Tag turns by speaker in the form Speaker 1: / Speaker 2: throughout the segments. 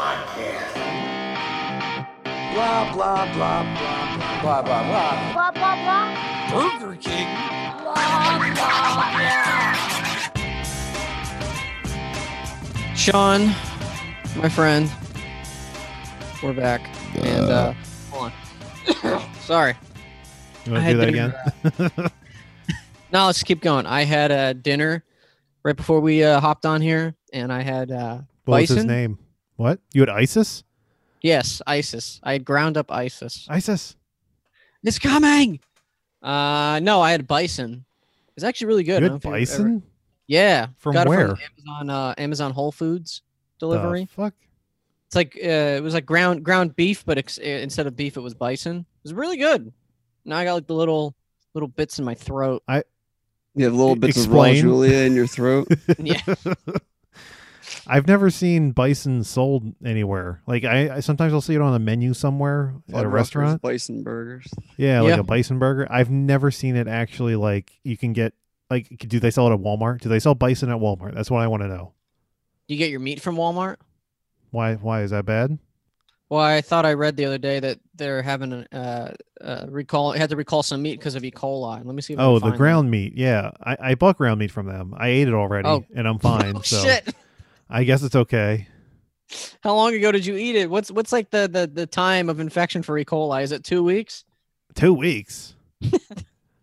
Speaker 1: podcast. Blah, blah, blah, blah, blah, blah, blah, blah.
Speaker 2: Blah, blah, blah.
Speaker 1: Burger King.
Speaker 3: Sean, my friend, we're back. And uh, hold on. Sorry.
Speaker 4: You
Speaker 3: I
Speaker 4: want to
Speaker 3: had
Speaker 4: do that again?
Speaker 3: dinner, No, let's keep going. I had a dinner right before we uh, hopped on here, and I had uh,
Speaker 4: what was his
Speaker 3: Bison?
Speaker 4: name? What? You had ISIS?
Speaker 3: yes, ISIS. I had ground up ISIS.
Speaker 4: ISIS.
Speaker 3: It's coming. Uh, no, I had bison. It's actually really good.
Speaker 4: you
Speaker 3: I
Speaker 4: had
Speaker 3: don't know if you've ever-
Speaker 4: bison?
Speaker 3: yeah,
Speaker 4: From
Speaker 3: got it
Speaker 4: where?
Speaker 3: Amazon, uh, Amazon Whole Foods
Speaker 4: The
Speaker 3: delivery.
Speaker 4: fuck.
Speaker 3: It's like uh, it was like ground ground beef, but ex- uh, instead of beef, it was bison. It was really good. Now I got like the little little bits in my throat.
Speaker 5: You have little
Speaker 4: E-
Speaker 5: bits
Speaker 4: explain.
Speaker 5: of raw Julia in your throat.
Speaker 3: Yeah.
Speaker 4: I've never seen bison sold anywhere. Like I, I sometimes I'll see it on a menu somewhere at a
Speaker 5: Fuddruckers,
Speaker 4: restaurant.
Speaker 5: bison burgers.
Speaker 4: Yeah, like
Speaker 3: Yeah.
Speaker 4: a bison burger. I've never seen it actually. Like you can get like, do they sell it at Walmart? Do they sell bison at Walmart? That's what I want to know.
Speaker 3: Do you get your meat from Walmart?
Speaker 4: Why? Why is that bad?
Speaker 3: Well, I thought I read the other day that they're having a uh, uh, recall. Had to recall some meat because of E. coli. Let me see. If I can
Speaker 4: Oh, the
Speaker 3: find that.
Speaker 4: ground meat. Yeah, I, I bought ground meat from them. I ate it already,
Speaker 3: Oh.
Speaker 4: and I'm fine.
Speaker 3: Oh
Speaker 4: so
Speaker 3: shit!
Speaker 4: I guess it's okay.
Speaker 3: How long ago did you eat it? What's what's like the, the the time of infection for E. coli? Is it two weeks?
Speaker 4: Two weeks.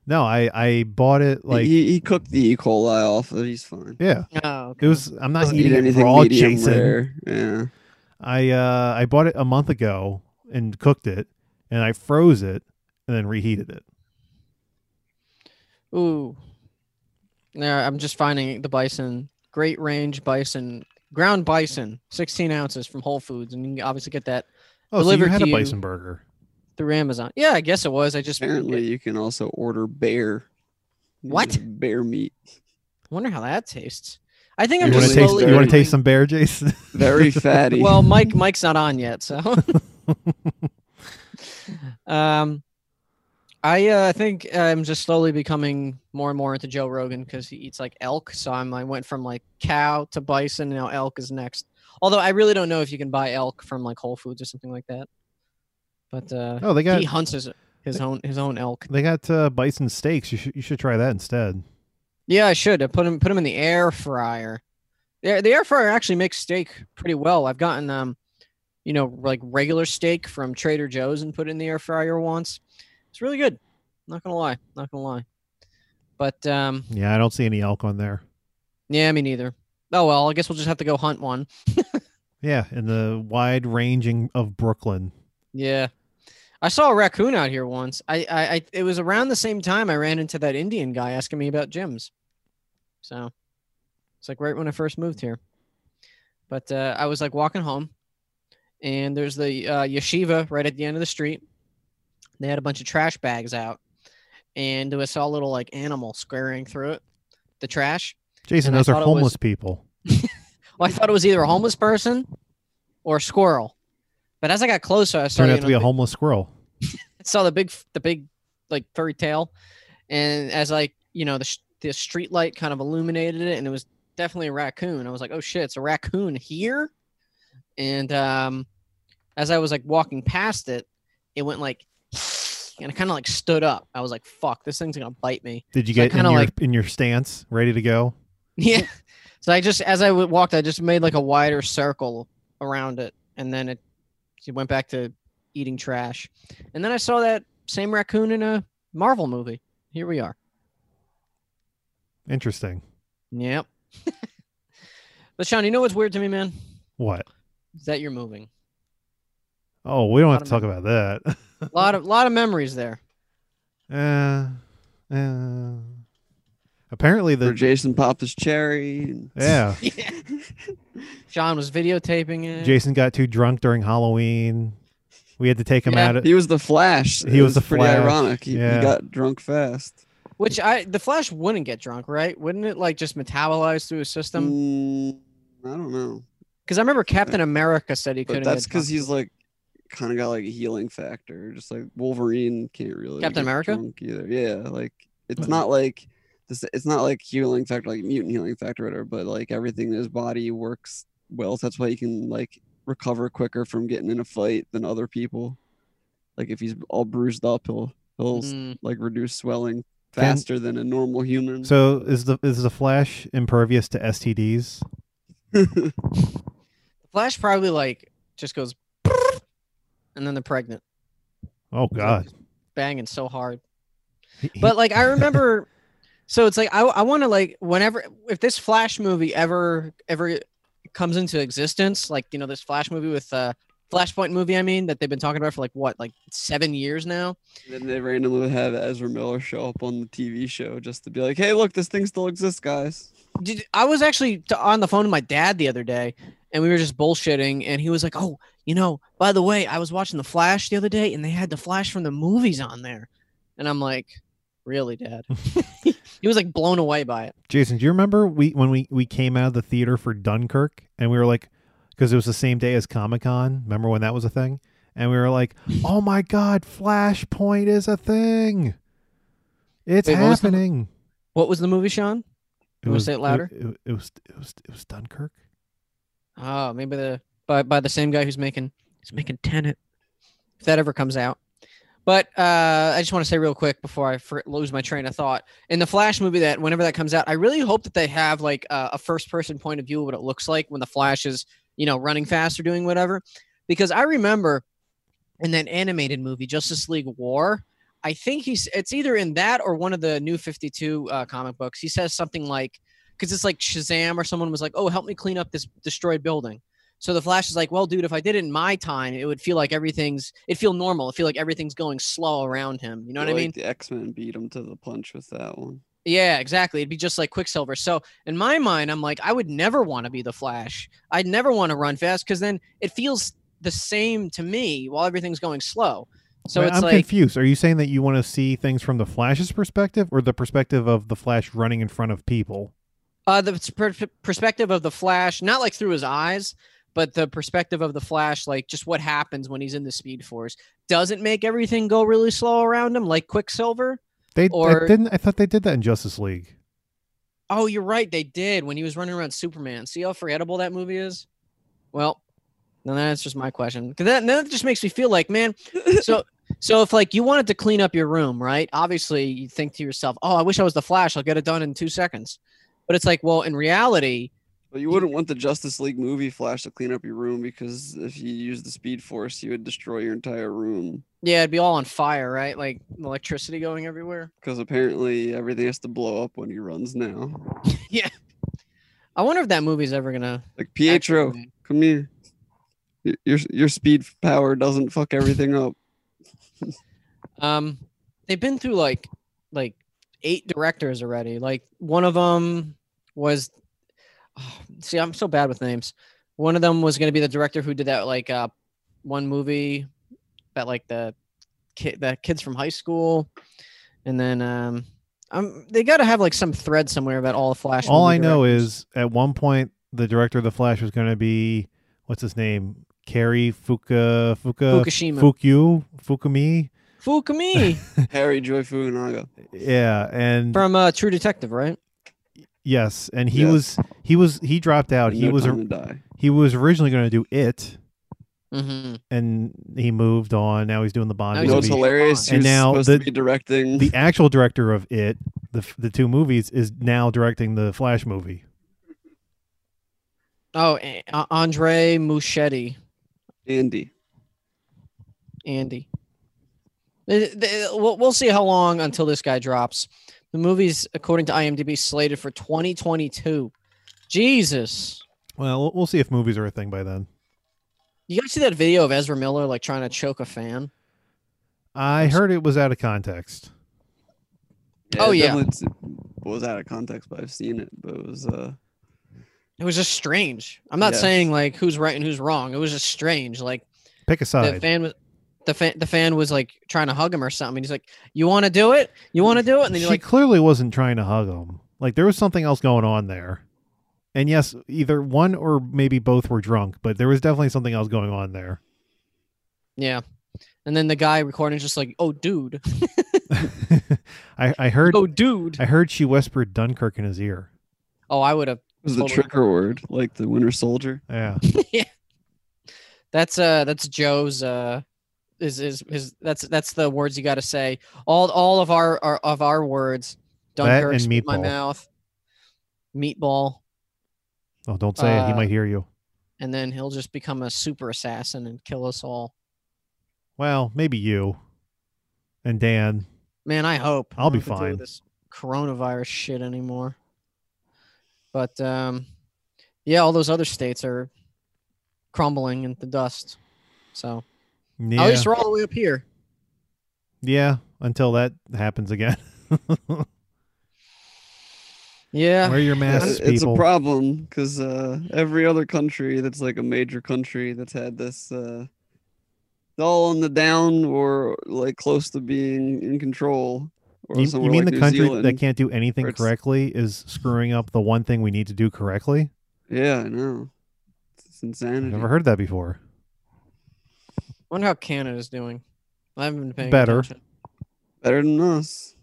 Speaker 4: no, I I bought it like
Speaker 5: he, he cooked the E. coli off. Of, he's fine.
Speaker 4: yeah.
Speaker 3: Oh, okay.
Speaker 4: It was. I'm not
Speaker 5: Doesn't
Speaker 4: eating
Speaker 5: eat
Speaker 4: it
Speaker 5: anything
Speaker 4: raw,
Speaker 5: medium
Speaker 4: Jason.
Speaker 5: rare. Yeah.
Speaker 4: I uh I bought it a month ago and cooked it, and I froze it and then reheated it.
Speaker 3: Ooh. Yeah, I'm just finding the bison. Great range bison, ground bison, 16 ounces from Whole Foods, and you can obviously get that
Speaker 4: Oh, so
Speaker 3: Delivered
Speaker 4: you had
Speaker 3: to
Speaker 4: a
Speaker 3: you.
Speaker 4: bison burger.
Speaker 3: through Amazon. Yeah, I guess it was. I just
Speaker 5: Apparently, you can also order bear.
Speaker 3: What?
Speaker 5: Bear meat.
Speaker 3: wonder how that tastes. I think
Speaker 5: You
Speaker 3: I'm
Speaker 4: You
Speaker 5: wanna
Speaker 4: want
Speaker 3: just
Speaker 5: taste-
Speaker 4: to taste?
Speaker 3: slowly.
Speaker 4: You want
Speaker 5: wanna
Speaker 4: to
Speaker 3: doing-
Speaker 4: taste some bear, Jason?
Speaker 5: Very fatty.
Speaker 3: Well, Mike, Mike's not on yet, so. um, I uh, think I'm just slowly becoming more and more into Joe Rogan because he eats like elk. So I'm I went from like cow to bison. Now elk is next. Although I really don't know if you can buy elk from like Whole Foods or something like that. But uh,
Speaker 4: Oh, they got
Speaker 3: he hunts his, his own his own elk.
Speaker 4: they got uh, bison steaks. You should you should try that instead.
Speaker 3: Yeah, I should. I put him put him in the air fryer. The, the air fryer actually makes steak pretty well. I've gotten um, you know, like regular steak from Trader Joe's and put it in the air fryer once. It's really good. Not gonna lie. Not gonna lie. But um,
Speaker 4: Yeah, I don't see any elk on there.
Speaker 3: yeah, me neither. Oh well, I guess we'll just have to go hunt one.
Speaker 4: Yeah, in the wide ranging of Brooklyn.
Speaker 3: Yeah. I saw a raccoon out here once. I, I, I it was around the same time I ran into that Indian guy asking me about gyms. So it's like right when I first moved here. But uh, I was like walking home, and there's the uh, yeshiva right at the end of the street. They had a bunch of trash bags out, and I saw a little like animal scurrying through it, the trash.
Speaker 4: Jason,
Speaker 3: And I
Speaker 4: those
Speaker 3: thought
Speaker 4: are
Speaker 3: it was-
Speaker 4: homeless people.
Speaker 3: Well, I thought it was either a homeless person or a squirrel. But as I got closer, I
Speaker 4: It
Speaker 3: started
Speaker 4: turned out to be a homeless squirrel.
Speaker 3: saw the big the big like furry tail and as like you know the, sh- the street light kind of illuminated it and it was definitely a raccoon i was like oh shit it's a raccoon here and um as i was like walking past it it went like and it kind of like stood up i was like fuck this thing's gonna bite me
Speaker 4: Did you
Speaker 3: So I
Speaker 4: get in
Speaker 3: kinda
Speaker 4: your
Speaker 3: like-
Speaker 4: in your stance, ready to go?
Speaker 3: yeah so i just as i w- walked i just made like a wider circle around it and then it, it went back to eating trash and then i saw that same raccoon in a marvel movie here we are
Speaker 4: Interesting.
Speaker 3: Yep. but Sean, you know what's weird to me, man?
Speaker 4: What?
Speaker 3: Is that you're moving.
Speaker 4: Oh, we don't have
Speaker 3: Lot
Speaker 4: to
Speaker 3: of
Speaker 4: talk about that.
Speaker 3: A lot of lot of memories there.
Speaker 4: uh, uh, apparently
Speaker 5: Where
Speaker 4: the
Speaker 5: Jason popped his cherry. and-
Speaker 4: yeah,
Speaker 3: Sean was videotaping it.
Speaker 4: Jason got too drunk during Halloween. We had to take him
Speaker 3: Yeah.
Speaker 4: out. Of,
Speaker 5: He was the Flash.
Speaker 4: He
Speaker 5: It
Speaker 4: was the
Speaker 5: pretty
Speaker 4: Flash,
Speaker 5: ironic. He,
Speaker 4: yeah.
Speaker 5: he got drunk fast.
Speaker 3: Which I the Flash wouldn't get drunk, right? Wouldn't it like just metabolize through his system?
Speaker 5: Mm, I don't know.
Speaker 3: Because I remember Captain America said he
Speaker 5: But
Speaker 3: couldn't.
Speaker 5: that's
Speaker 3: get
Speaker 5: because
Speaker 3: drunk.
Speaker 5: he's like kind of got like a healing factor, just like Wolverine can't really
Speaker 3: Captain
Speaker 5: get
Speaker 3: America?
Speaker 5: drunk either. Yeah, like it's not like this. It's not like healing factor, like mutant healing factor, or whatever. But like everything in his body works well. So that's why he can like recover quicker from getting in a fight than other people. Like if he's all bruised up, he'll he'll s-
Speaker 3: Mm,
Speaker 5: like reduce swelling
Speaker 4: Can-
Speaker 5: faster than a normal human.
Speaker 4: So is the is the Flash impervious to STDs?
Speaker 3: Flash probably like just goes, and then they're pregnant,
Speaker 4: Oh God!
Speaker 3: banging so hard.
Speaker 4: He- he-
Speaker 3: But like I remember, so it's like I I want to like whenever if this Flash movie ever ever comes into existence, like you know this Flash movie with uh Flashpoint movie, I mean that they've been talking about for like what like seven years now.
Speaker 5: then they randomly would have Ezra Miller show up on the TV show just to be like, "Hey, look, this thing still exists, guys."
Speaker 3: Did, I was actually t- on the phone with my dad the other day, and we were just bullshitting, and he was like, "Oh, you know, by the way, I was watching the Flash the other day, and they had the Flash from the movies on there," and I'm like, "Really, Dad?" he was like blown away by it.
Speaker 4: Jason, do you remember we when we we came out of the theater for Dunkirk and we were like, because it was the same day as Comic Con. Remember when that was a thing? And we were like, oh my God, Flashpoint is a thing. It's
Speaker 3: Wait, what was the-
Speaker 4: happening.
Speaker 3: What was the movie, Sean? You wanna say it louder?
Speaker 4: It, it- it was it was it was Dunkirk.
Speaker 3: Oh, maybe the by by the same guy who's making he's making Tenet. If that ever comes out. But uh, I just want to say real quick before I for- lose my train of thought. In the Flash movie, that whenever that comes out, I really hope that they have like uh, a, a first-person point of view of what it looks like when the Flash is, you know, running fast or doing whatever. Because I remember in that animated movie, Justice League War, I think he's it's either in that or one of the New Fifty Two uh, comic books. He says something like, because it's like Shazam or someone was like, "Oh, help me clean up this destroyed building." So the Flash is like, "Well, dude, if I did it in my time, it would feel like everything's it feel normal. It feel like everything's going slow around him. You know what I
Speaker 5: Like,
Speaker 3: mean?
Speaker 5: The X Men beat him to the punch with that one.
Speaker 3: Yeah, exactly. It'd be just like Quicksilver. So in my mind, I'm like, I would never want to be the Flash. I'd never want to run fast because then it feels the same to me while everything's going slow. So
Speaker 4: Wait,
Speaker 3: it's
Speaker 4: I'm
Speaker 3: like
Speaker 4: confused. Are you saying that you want to see things from the Flash's perspective or the perspective of the Flash running in front of people?
Speaker 3: Uh, the s- per- per- perspective of the Flash, not like through his eyes, but the perspective of the Flash, like just what happens when he's in the Speed Force, doesn't make everything go really slow around him, like Quicksilver.
Speaker 4: They I
Speaker 3: Or-
Speaker 4: didn't. I thought they did that in Justice League.
Speaker 3: Oh, you're right, they did when he was running around Superman. See how forgettable that movie is? Well, now that's just my question. 'Cause that, that just makes me feel like, man. So, so if like you wanted to clean up your room, right? Obviously, you think to yourself, "Oh, I wish I was the Flash. I'll get it done in two seconds." But it's like, well, in reality,
Speaker 5: But you wouldn't want the Justice League movie Flash to clean up your room because if you use the Speed Force, you would destroy your entire room.
Speaker 3: Yeah, it'd be all on fire, right? Like electricity going everywhere.
Speaker 5: Because apparently everything has to blow up when he runs now.
Speaker 3: I wonder if that movie's ever gonna.
Speaker 5: Like
Speaker 3: actually
Speaker 5: Pietro,
Speaker 3: be made.
Speaker 5: come here. Y- Your your speed power doesn't fuck everything up.
Speaker 3: Um, they've been through like, like eight directors already. Like one of them was. Oh, see, I'm so bad with names. One of them was gonna be the director who did that like uh, one movie about like the kid, the kids from high school, and then um, um, they gotta have like some thread somewhere about all the Flash.
Speaker 4: All
Speaker 3: movie
Speaker 4: I know
Speaker 3: directors.
Speaker 4: is at one point the director of the Flash was going to be what's his name, Kerry Fuka Fuka
Speaker 3: Fukushima.
Speaker 4: Fukyu Fukumi.
Speaker 3: Fukami
Speaker 5: Harry Joy Fukunaga.
Speaker 4: Yeah, and
Speaker 3: from uh, True Detective, right?
Speaker 4: yes, and he
Speaker 5: Yes.
Speaker 4: was he was he dropped out.
Speaker 5: in
Speaker 4: He
Speaker 5: no
Speaker 4: was
Speaker 5: time to die.
Speaker 4: he was originally going to do it,
Speaker 3: Mm-hmm.
Speaker 4: and he moved on. Now he's doing the Bond
Speaker 3: Now
Speaker 5: You
Speaker 3: he's
Speaker 5: know
Speaker 3: gonna
Speaker 5: what's hilarious?
Speaker 3: be-
Speaker 4: movie. And
Speaker 5: He was
Speaker 4: now
Speaker 5: supposed
Speaker 4: the-
Speaker 5: to be directing.
Speaker 4: the actual director of it, the f- the two movies, is now directing the Flash movie.
Speaker 3: Oh, A- A- Andre Muschietti,
Speaker 5: Andy.
Speaker 3: Andy. Th- th- We'll we'll see how long until this guy drops. The movie's, according to IMDb, slated for 2022. Jesus.
Speaker 4: Well, we'll- we'll see if movies are a thing by then.
Speaker 3: You guys see that video of Ezra Miller like trying to choke a fan?
Speaker 4: I heard it was out of context.
Speaker 3: Oh,
Speaker 5: it
Speaker 3: yeah.
Speaker 5: definitely s- was out of context, but I've seen it. But it was uh
Speaker 3: It was just strange. I'm not
Speaker 5: Yes.
Speaker 3: saying like who's right and who's wrong. It was just strange. Like
Speaker 4: Pick a
Speaker 3: the
Speaker 4: side.
Speaker 3: fan was the fan the fan was like trying to hug him or something. And he's like, You wanna do it? You wanna do it? And then
Speaker 4: she
Speaker 3: you're like,
Speaker 4: clearly wasn't trying to hug him. Like there was something else going on there. And yes, either one or maybe both were drunk, but there was definitely something else going on there.
Speaker 3: Yeah. And then the guy recording is just like, Oh dude.
Speaker 4: I, I heard
Speaker 3: Oh dude.
Speaker 4: I heard she whispered Dunkirk in his ear.
Speaker 3: Oh, I would have
Speaker 5: it was the
Speaker 3: Totally.
Speaker 5: trigger word, like the Winter Soldier.
Speaker 4: Yeah.
Speaker 3: That's uh that's Joe's uh is is his that's that's the words you got to say. All all of our, our of our words.
Speaker 4: That
Speaker 3: Dunkirk
Speaker 4: and
Speaker 3: spit my
Speaker 4: meatball.
Speaker 3: mouth. Meatball,
Speaker 4: Oh, don't say it. He
Speaker 3: Uh,
Speaker 4: might hear you.
Speaker 3: and then he'll just become a super assassin and kill us all.
Speaker 4: Well, maybe you and Dan.
Speaker 3: Man, I hope
Speaker 4: I'll
Speaker 3: I
Speaker 4: be
Speaker 3: don't have to deal
Speaker 4: fine.
Speaker 3: with This coronavirus shit anymore. But um, yeah, all those other states are crumbling in the dust. So
Speaker 4: Yeah.
Speaker 3: at least we're all the way up here.
Speaker 4: yeah. Until that happens again.
Speaker 3: Yeah,
Speaker 4: Wear your
Speaker 5: Yeah,
Speaker 4: masks,
Speaker 5: it- it's a
Speaker 4: people.
Speaker 5: problem because uh, every other country that's like a major country that's had this, uh, it's all on the down or like close to being in control. Or
Speaker 4: you, you
Speaker 5: somewhere
Speaker 4: mean
Speaker 5: like
Speaker 4: the
Speaker 5: New
Speaker 4: country that
Speaker 5: Zealand.
Speaker 4: can't do anything
Speaker 5: where it's-
Speaker 4: correctly is screwing up the one thing we need to do correctly?
Speaker 5: Yeah, I know. It's insanity.
Speaker 4: Never heard that before.
Speaker 3: wonder how Canada's doing. I haven't been paying
Speaker 4: Better.
Speaker 3: attention.
Speaker 5: Better than us.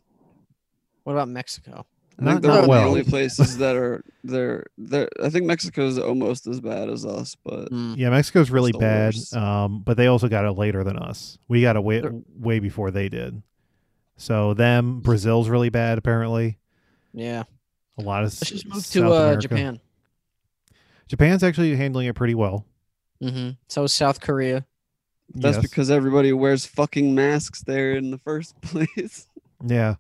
Speaker 3: What about Mexico?
Speaker 5: I think
Speaker 4: Not,
Speaker 5: they're
Speaker 4: not
Speaker 5: one of the
Speaker 4: well.
Speaker 5: only places that are they're they're I think Mexico's almost as bad as us, but
Speaker 3: Mm.
Speaker 4: Yeah, Mexico's really
Speaker 5: the
Speaker 4: bad,
Speaker 5: worst.
Speaker 4: um, but they also got it later than us. We got it way
Speaker 3: They're-
Speaker 4: way before they did. So them, Brazil's really bad apparently.
Speaker 3: Yeah,
Speaker 4: A lot of
Speaker 3: let's just move
Speaker 4: South
Speaker 3: to uh,
Speaker 4: America.
Speaker 3: Japan.
Speaker 4: Japan's actually handling it pretty well.
Speaker 5: Mm-hmm.
Speaker 3: hmm So is South Korea.
Speaker 5: that's
Speaker 4: Yes.
Speaker 5: because everybody wears fucking masks there in the first place.
Speaker 4: Yeah.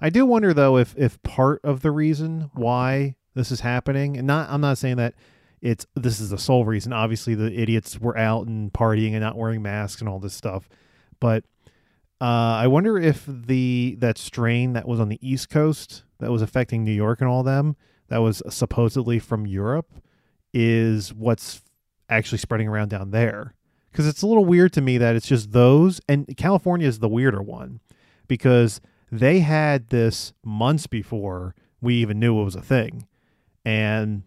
Speaker 4: I do wonder though if if part of the reason why this is happening and not I'm not saying that it's this is the sole reason. Obviously the idiots were out and partying and not wearing masks and all this stuff. But uh, I wonder if the that strain that was on the East Coast that was affecting New York and all them that was supposedly from Europe is what's actually spreading around down there. Because it's a little weird to me that it's just those and California is the weirder one because they had this months before we even knew it was a thing. And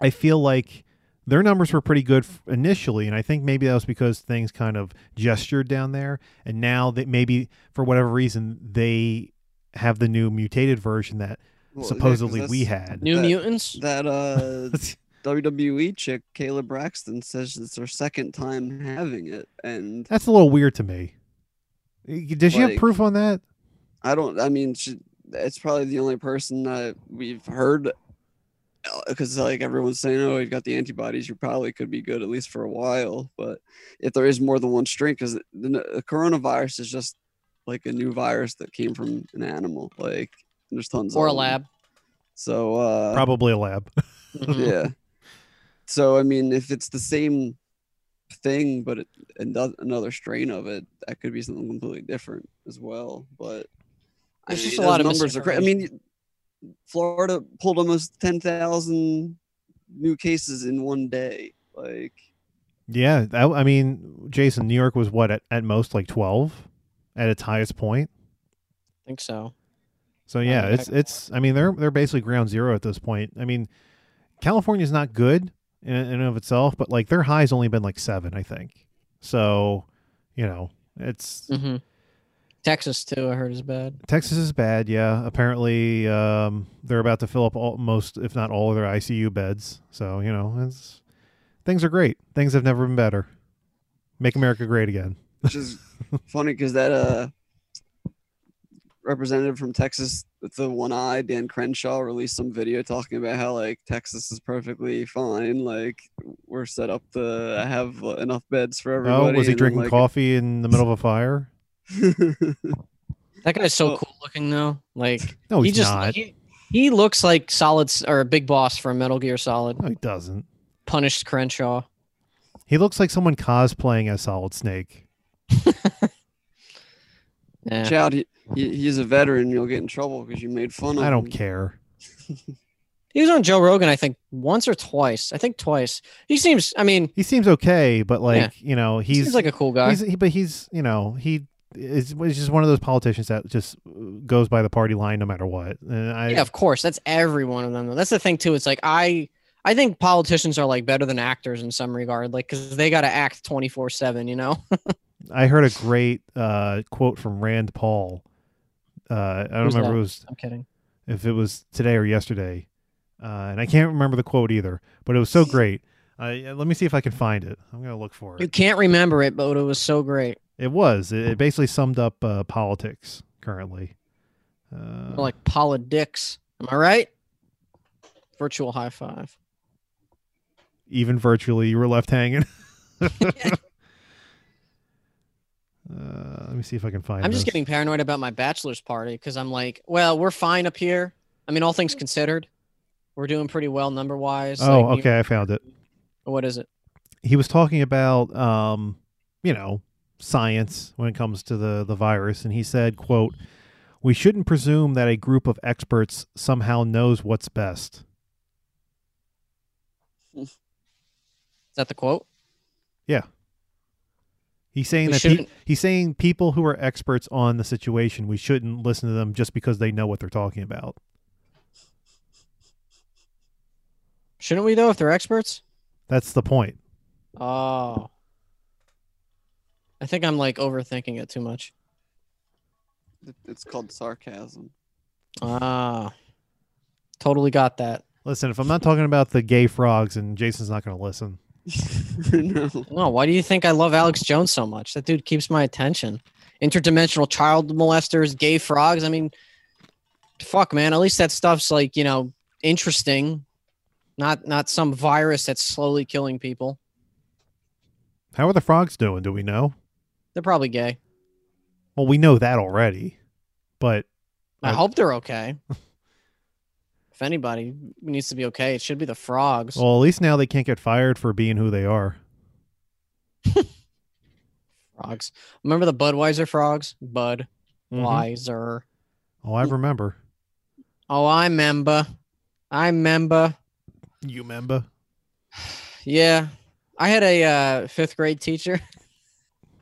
Speaker 4: I feel like their numbers were pretty good f- initially. And I think maybe that was because things kind of gestured down there. And now that maybe for whatever reason, they have the new mutated version that
Speaker 5: Well, yeah, 'cause
Speaker 4: supposedly we
Speaker 5: that's-
Speaker 4: had.
Speaker 3: New
Speaker 5: That-
Speaker 3: Mutants.
Speaker 5: That uh WWE chick Kayla Braxton says it's her second time having it, and
Speaker 4: That's a little weird to me. Does she have
Speaker 5: Like-
Speaker 4: proof on that?
Speaker 5: I don't. I mean, she, it's probably the only person that we've heard because like everyone's saying, "Oh, you've got the antibodies. You probably could be good at least for a while." But if there is more than one strain, because the, the coronavirus is just like a new virus that came from an animal, like there's tons
Speaker 3: or
Speaker 5: of
Speaker 3: a
Speaker 5: them.
Speaker 3: lab.
Speaker 5: So uh,
Speaker 4: Probably a lab.
Speaker 3: Mhm.
Speaker 5: Mm-hmm. yeah. So I mean, if it's the same thing, but it, ano- another strain of it, that could be something completely different as well. But I
Speaker 3: There's
Speaker 5: mean,
Speaker 3: just a
Speaker 5: those
Speaker 3: lot of
Speaker 5: numbers are cra- I mean, Florida pulled almost ten thousand new cases in one day. Like,
Speaker 4: Yeah, that, I mean, Jason, New York was what at, at most like twelve at its highest point.
Speaker 3: I think so.
Speaker 4: So
Speaker 5: Oh,
Speaker 4: yeah, it's
Speaker 3: heck.
Speaker 4: it's. I mean, they're they're basically ground zero at this point. I mean, California's not good in, in and of itself, but like their high's only been like seven, I think. So, you know, it's
Speaker 5: Mm-hmm.
Speaker 3: hmm Texas too. I heard is bad.
Speaker 4: Texas is bad. Yeah, apparently um, they're about to fill up all, most, if not all, of their ICU beds. So you know, it's things are great. Things have never been better. Make America great again.
Speaker 5: which is funny because that uh representative from Texas with the one eye, Dan Crenshaw, released some video talking about how like Texas is perfectly fine, like we're set up to have uh, enough beds for
Speaker 4: Oh,
Speaker 5: everybody.
Speaker 4: was he
Speaker 5: and then,
Speaker 4: drinking
Speaker 5: like-
Speaker 4: coffee in the middle of a fire?
Speaker 3: That guy's so
Speaker 5: Well-
Speaker 3: cool looking though. Like
Speaker 4: No,
Speaker 3: he
Speaker 4: he's
Speaker 3: just
Speaker 4: not.
Speaker 3: He, he looks like Solid S- or Big Boss from Metal Gear Solid.
Speaker 4: No, he doesn't.
Speaker 3: Punished Crenshaw.
Speaker 4: He looks like someone cosplaying as Solid Snake.
Speaker 3: Yeah.
Speaker 5: Chad, he, he, he's a veteran. You'll get in trouble because you made fun of.
Speaker 4: I don't
Speaker 3: Mm-hmm.
Speaker 5: him.
Speaker 4: care.
Speaker 3: He was on Joe Rogan, I think, once or twice. I think twice. He seems. I mean,
Speaker 4: He seems okay, but like
Speaker 3: Yeah.
Speaker 4: you know,
Speaker 3: he
Speaker 4: he's
Speaker 3: seems like a cool guy.
Speaker 4: he's he, but he's you know he is he's just one of those politicians that just uh, goes by the party line no matter what. And I
Speaker 3: yeah, of course. That's every one of them. Though. That's the thing too. It's like I. I think politicians are like better than actors in some regard, like because they got to act twenty four seven. You know.
Speaker 4: I heard a great uh, quote from Rand Paul. Uh, I don't
Speaker 3: Who's
Speaker 4: remember
Speaker 3: that?
Speaker 4: if it was
Speaker 3: I'm kidding.
Speaker 4: if it was today or yesterday, uh, and I can't remember the quote either. But it was so great Uh, yeah, let me see if I can find it. I'm gonna look for
Speaker 3: You
Speaker 4: it.
Speaker 3: can't remember it, but it was so great.
Speaker 4: It was. It, it basically summed up uh, politics currently. Uh,
Speaker 3: Like politics. Am I right? Virtual high five.
Speaker 4: even virtually, you were left hanging. uh, Uh, let me see if I can find.
Speaker 3: I'm just
Speaker 4: this.
Speaker 3: getting paranoid about my bachelor's party because I'm like, well, we're fine up here. I mean, all things considered, we're doing pretty well number wise.
Speaker 4: Oh, okay. I found it.
Speaker 3: What is it?
Speaker 4: he was talking about um you know science when it comes to the the virus and he said quote we shouldn't presume that a group of experts somehow knows what's best
Speaker 3: Is that the quote?
Speaker 4: he's saying
Speaker 3: We
Speaker 4: that pe-
Speaker 3: shouldn't-
Speaker 4: he's saying people who are experts on the situation we shouldn't listen to them just because they know what they're talking about
Speaker 3: Shouldn't we though if they're experts?
Speaker 4: that's the point
Speaker 3: Oh. I think I'm like overthinking it too much.
Speaker 5: It- It's called sarcasm.
Speaker 3: Ah. Totally got that.
Speaker 4: listen if i'm not talking about the gay frogs and jason's not going to listen
Speaker 5: no.
Speaker 3: No, why do you think I love Alex Jones so much? That dude keeps my attention. Interdimensional child molesters, gay frogs. I mean, fuck, man. At least that stuff's like you know interesting, not not some virus that's slowly killing people.
Speaker 4: how are the frogs doing do we know
Speaker 3: They're probably gay.
Speaker 4: well we know that already but
Speaker 3: I
Speaker 4: Uh,
Speaker 3: hope they're okay. if anybody needs to be okay, it should be the frogs.
Speaker 4: well at least now they can't get fired for being who they are
Speaker 3: frogs. Remember the Budweiser frogs? Budweiser.
Speaker 4: Mm-hmm.
Speaker 3: Mm-hmm.
Speaker 4: oh i remember
Speaker 3: Oh, I member. I member.
Speaker 4: You member?
Speaker 3: Yeah. I had a uh, fifth grade teacher.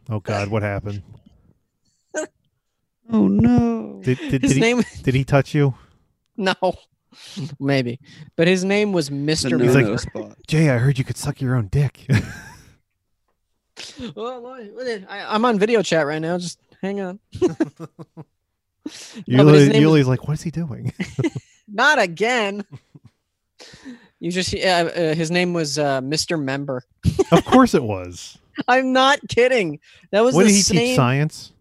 Speaker 4: Oh God, what happened?
Speaker 5: Oh no.
Speaker 4: Did did,
Speaker 3: His
Speaker 4: did,
Speaker 3: name,
Speaker 4: he, did he touch you?
Speaker 3: no, maybe, but his name was
Speaker 5: It's a
Speaker 3: Mr.
Speaker 4: He's like-
Speaker 5: no-no spot.
Speaker 4: Jay, I heard you could suck your own dick.
Speaker 3: Oh, Lord, what is- I, am on video chat right now. Just hang on. No, but his name was-
Speaker 4: Yuli, Yuli's like, what is he doing?
Speaker 3: not again. You just, yeah, uh, his name was uh, Mr. Member.
Speaker 4: of course it was.
Speaker 3: I'm not kidding. That was
Speaker 4: What
Speaker 3: the
Speaker 4: did he
Speaker 3: same.
Speaker 4: teach? Science?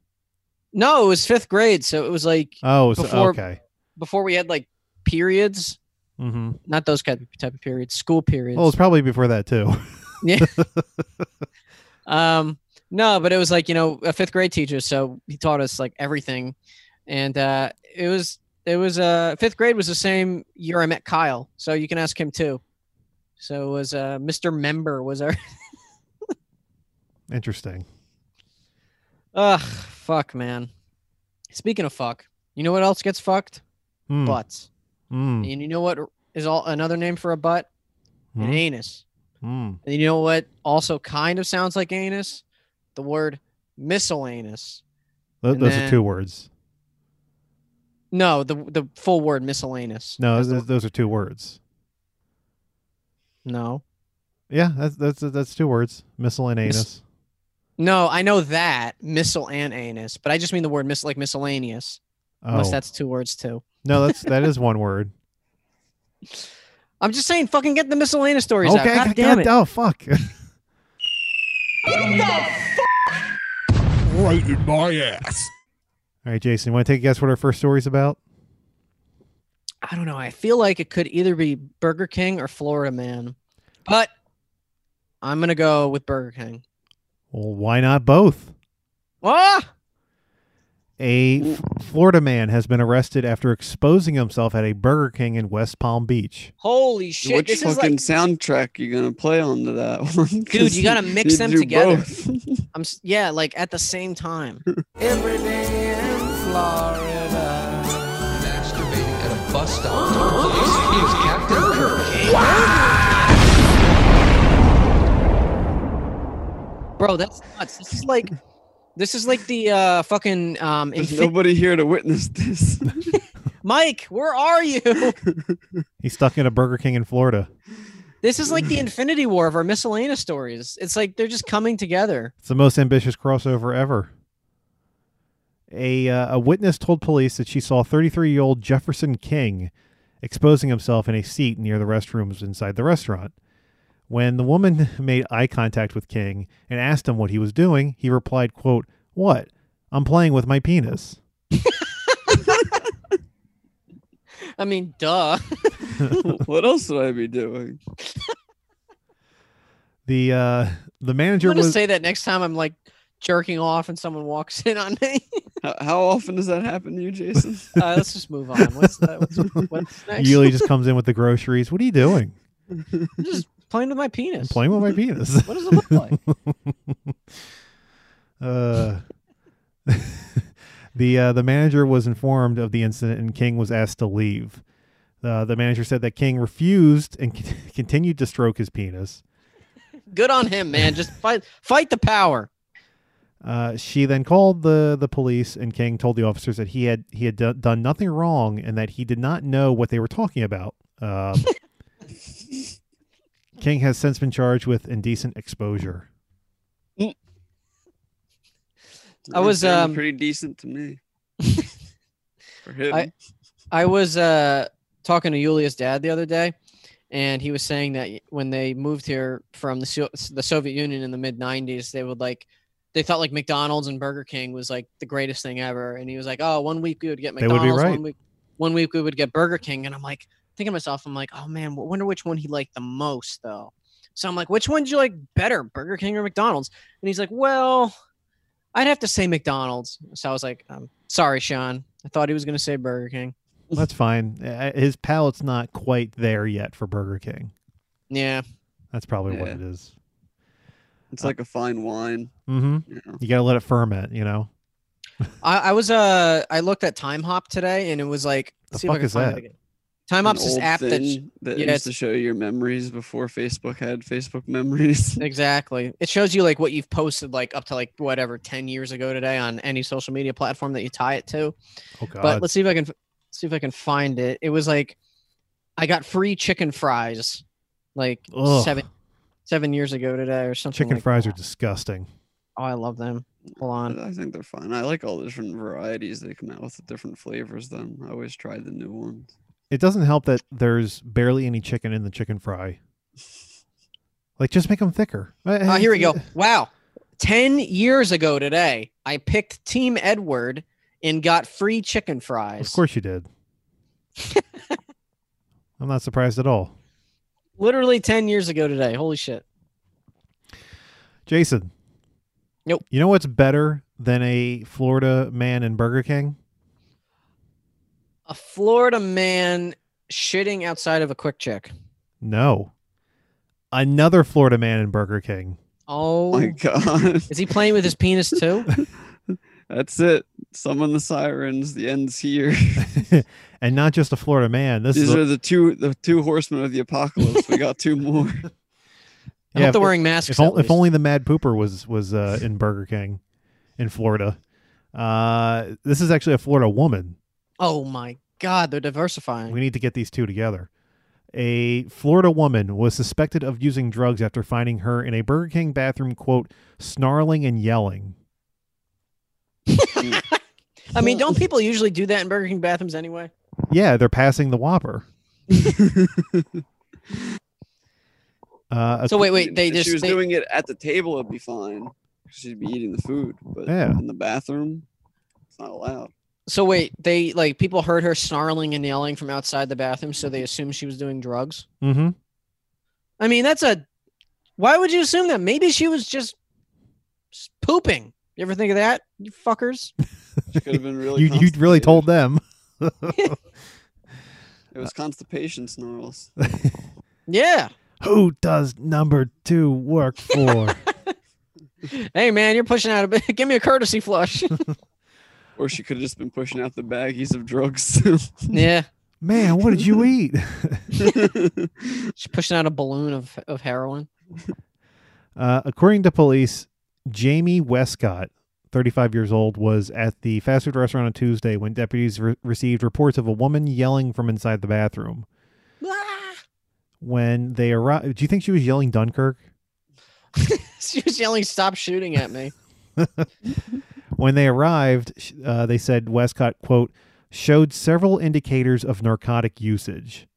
Speaker 3: No, it was fifth grade, so it was like
Speaker 4: Oh, so,
Speaker 3: Before-
Speaker 4: okay.
Speaker 3: before we had like periods,
Speaker 4: hmm
Speaker 3: not those kind of type of periods, school periods.
Speaker 4: Well, it's probably before that too.
Speaker 3: Um, no, but it was like you know a fifth grade teacher, so he taught us like everything, and uh, it was it was uh fifth grade was the same year I met Kyle, so you can ask him too. So it was uh Mr. Member was our
Speaker 4: Interesting.
Speaker 3: ugh fuck man. Speaking of fuck, you know what else gets fucked?
Speaker 4: Mm,
Speaker 3: Butts.
Speaker 4: mm,
Speaker 3: And you know what is all another name for a butt? An
Speaker 4: Hmm?
Speaker 3: anus.
Speaker 4: mm.
Speaker 3: And you know what also kind of sounds like anus? The word miscellaneous.
Speaker 4: Th-
Speaker 3: And
Speaker 4: those are
Speaker 3: then-
Speaker 4: two words.
Speaker 3: No, the the full word miscellaneous.
Speaker 4: No,
Speaker 3: That's the-
Speaker 4: those, those are two words.
Speaker 3: No.
Speaker 4: Yeah, that's that's that's two words. Miscellaneous.
Speaker 3: No, I know that missile and anus, but I just mean the word mis like miscellaneous,
Speaker 4: oh.
Speaker 3: unless that's two words too.
Speaker 4: no, that's that is one word.
Speaker 3: I'm just saying, fucking get the miscellaneous stories
Speaker 4: Okay,
Speaker 3: out.
Speaker 4: God
Speaker 3: God damn it!
Speaker 4: Oh fuck.
Speaker 1: Right in my ass.
Speaker 4: All right, Jason, you want to take a guess what our first story's about?
Speaker 3: I don't know. I feel like it could either be Burger King or Florida Man, but I'm gonna go with Burger King.
Speaker 4: Well, why not both?
Speaker 3: Ah,
Speaker 4: A F- Florida man has been arrested after exposing himself at a Burger King in West Palm Beach.
Speaker 3: holy shit!
Speaker 5: Which
Speaker 3: this is
Speaker 5: fucking
Speaker 3: like,
Speaker 5: soundtrack you gonna play onto that one?
Speaker 3: dude, you gotta mix
Speaker 5: you
Speaker 3: them
Speaker 5: do
Speaker 3: together.
Speaker 5: both.
Speaker 3: I'm s- yeah, like at the same time.
Speaker 1: Every day in Florida.
Speaker 2: masturbating at a bus stop took place is Captain Kirk.
Speaker 3: Bro, that's nuts. This is like, this is like the uh fucking um.
Speaker 5: There's
Speaker 3: Infin-
Speaker 5: nobody here to witness this.
Speaker 3: Mike, where are you?
Speaker 4: He's stuck in a Burger King in Florida.
Speaker 3: This is like the Infinity War of our miscellaneous stories. It's like they're just coming together.
Speaker 4: It's the most ambitious crossover ever. A, uh, a witness told police that she saw 33 year old Jefferson King exposing himself in a seat near the restrooms inside the restaurant. When the woman made eye contact with King and asked him what he was doing, he replied, quote, What? I'm playing with my penis.
Speaker 3: I mean, duh.
Speaker 5: what else would I be doing?
Speaker 4: The uh the
Speaker 3: I'm
Speaker 4: manager
Speaker 3: gonna
Speaker 4: was
Speaker 3: say that next time I'm like jerking off and someone walks in on me.
Speaker 5: How, how often does that happen to you, Jason?
Speaker 3: Uh, let's just move on. What's that? What's, what's next?
Speaker 4: Yuli just comes in with the groceries. What are you doing?
Speaker 3: I'm just playing with my penis.
Speaker 4: I'm playing with my penis.
Speaker 3: What does it look like?
Speaker 4: Uh, the uh, the manager was informed of the incident, and King was asked to leave. Uh, the manager said that King refused and con- continued to stroke his penis.
Speaker 3: Good on him, man. Just fight, fight the power.
Speaker 4: Uh, she then called the the police, and King told the officers that he had he had do- done nothing wrong and that he did not know what they were talking about. Um, King has since been charged with indecent exposure.
Speaker 3: I was,
Speaker 5: Sounded
Speaker 3: um,
Speaker 5: pretty decent to me. For him,
Speaker 3: I- I was uh, talking to Yulia's dad the other day, and he was saying that when they moved here from the So- the Soviet Union in the mid '90s, they would like they thought like McDonald's and Burger King was like the greatest thing ever, and he was like, "Oh, one week we would get
Speaker 4: They would be
Speaker 3: McDonald's,
Speaker 4: right.
Speaker 3: one week one week we would get Burger King," and I'm like thinking to myself, I'm like, "Oh man, I wonder which one he liked the most though." So I'm like, "Which one do you like better, Burger King or McDonald's?" And he's like, "Well." I'd have to say McDonald's. So I was like, um, sorry, Sean. I thought he was going to say Burger King.
Speaker 4: That's fine. Uh, His palate's not quite there yet for Burger King.
Speaker 3: Yeah.
Speaker 4: That's probably what
Speaker 5: Yeah.
Speaker 4: it is.
Speaker 5: it's like a fine wine.
Speaker 4: Mm-hmm.
Speaker 5: You know.
Speaker 4: You gotta let it ferment, you know.
Speaker 3: I, I was uh I looked at Time Hop today and it was like
Speaker 4: The
Speaker 3: see if I
Speaker 4: fuck
Speaker 3: can
Speaker 4: is
Speaker 3: find
Speaker 4: that?
Speaker 3: again. Time
Speaker 5: an
Speaker 3: Hop's this
Speaker 5: old
Speaker 3: app that sh-
Speaker 5: thing that
Speaker 3: yeah,
Speaker 5: used to show you your memories before Facebook had Facebook memories.
Speaker 3: exactly it shows you like what you've posted like up to like whatever ten years ago today on any social media platform that you tie it to.
Speaker 4: Oh god.
Speaker 3: But let's see if I can f- see if I can find it. It was like I got free chicken fries like
Speaker 4: Ugh.
Speaker 3: seven seven years ago today or something.
Speaker 4: Chicken
Speaker 3: like uh,
Speaker 4: fries
Speaker 3: that.
Speaker 4: are disgusting.
Speaker 3: oh I love them. Hold on.
Speaker 5: I think they're fine. I like all the different varieties they come out with, the different flavors. Then I always try the new ones.
Speaker 4: It doesn't help that there's barely any chicken in the chicken fry. Like just make them thicker.
Speaker 3: Oh, here we go. Wow. 10 years ago today, I picked Team Edward and got free chicken fries.
Speaker 4: Of course you did. I'm not surprised at all.
Speaker 3: Literally 10 years ago today. Holy shit.
Speaker 4: Jason.
Speaker 3: Nope.
Speaker 4: You know what's better than a Florida man in Burger King?
Speaker 3: A Florida man shitting outside of a quick check.
Speaker 4: No. Another Florida man in Burger King.
Speaker 3: Oh,
Speaker 5: my god,
Speaker 3: is he playing with his penis too?
Speaker 5: that's it. Summon the sirens. The end's here.
Speaker 4: and not just a Florida man. This
Speaker 5: These
Speaker 4: is a-
Speaker 5: are the two the two horsemen of the apocalypse. We got two more.
Speaker 3: I
Speaker 4: Yeah,
Speaker 3: hope they're
Speaker 4: if-
Speaker 3: wearing masks.
Speaker 4: if,
Speaker 3: at
Speaker 4: on- if
Speaker 3: least.
Speaker 4: only the Mad Pooper was was uh, in Burger King in Florida. Uh, this is actually a Florida woman.
Speaker 3: oh my God, they're diversifying.
Speaker 4: We need to get these two together. A Florida woman was suspected of using drugs after finding her in a Burger King bathroom, quote, snarling and yelling.
Speaker 3: I mean, don't people usually do that in Burger King bathrooms anyway?
Speaker 4: Yeah, they're passing the Whopper. uh,
Speaker 3: So wait, wait,
Speaker 5: If
Speaker 3: they
Speaker 5: she
Speaker 3: just
Speaker 5: was
Speaker 3: they-
Speaker 5: doing it at the table. It'd be fine. She'd be eating the food, but
Speaker 4: Yeah.
Speaker 5: in the bathroom, it's not allowed.
Speaker 3: So wait, they like people heard her snarling and yelling from outside the bathroom, so they assumed she was doing drugs.
Speaker 4: hmm
Speaker 3: I mean, that's a. Why would you assume that? Maybe she was just s- pooping. You ever think of that, you fuckers?
Speaker 5: She could have been really.
Speaker 4: you, you really
Speaker 5: constipated.
Speaker 4: told them.
Speaker 5: It was constipation snarls.
Speaker 3: Yeah.
Speaker 4: Who does number two work for?
Speaker 3: Hey man, you're pushing out a bit. Give me a courtesy flush.
Speaker 5: Or she could have just been pushing out the baggies of drugs. too.
Speaker 3: yeah,
Speaker 4: Man, what did you eat?
Speaker 3: she's pushing out a balloon of of heroin.
Speaker 4: Uh, according to police, Jamie Westcott, 35 years old, was at the fast food restaurant on Tuesday when deputies re- received reports of a woman yelling from inside the bathroom. When they arrived, do you think she was yelling Dunkirk?
Speaker 3: she was yelling, "Stop shooting at me!"
Speaker 4: When they arrived, sh- uh, they said Westcott, quote, showed several indicators of narcotic usage.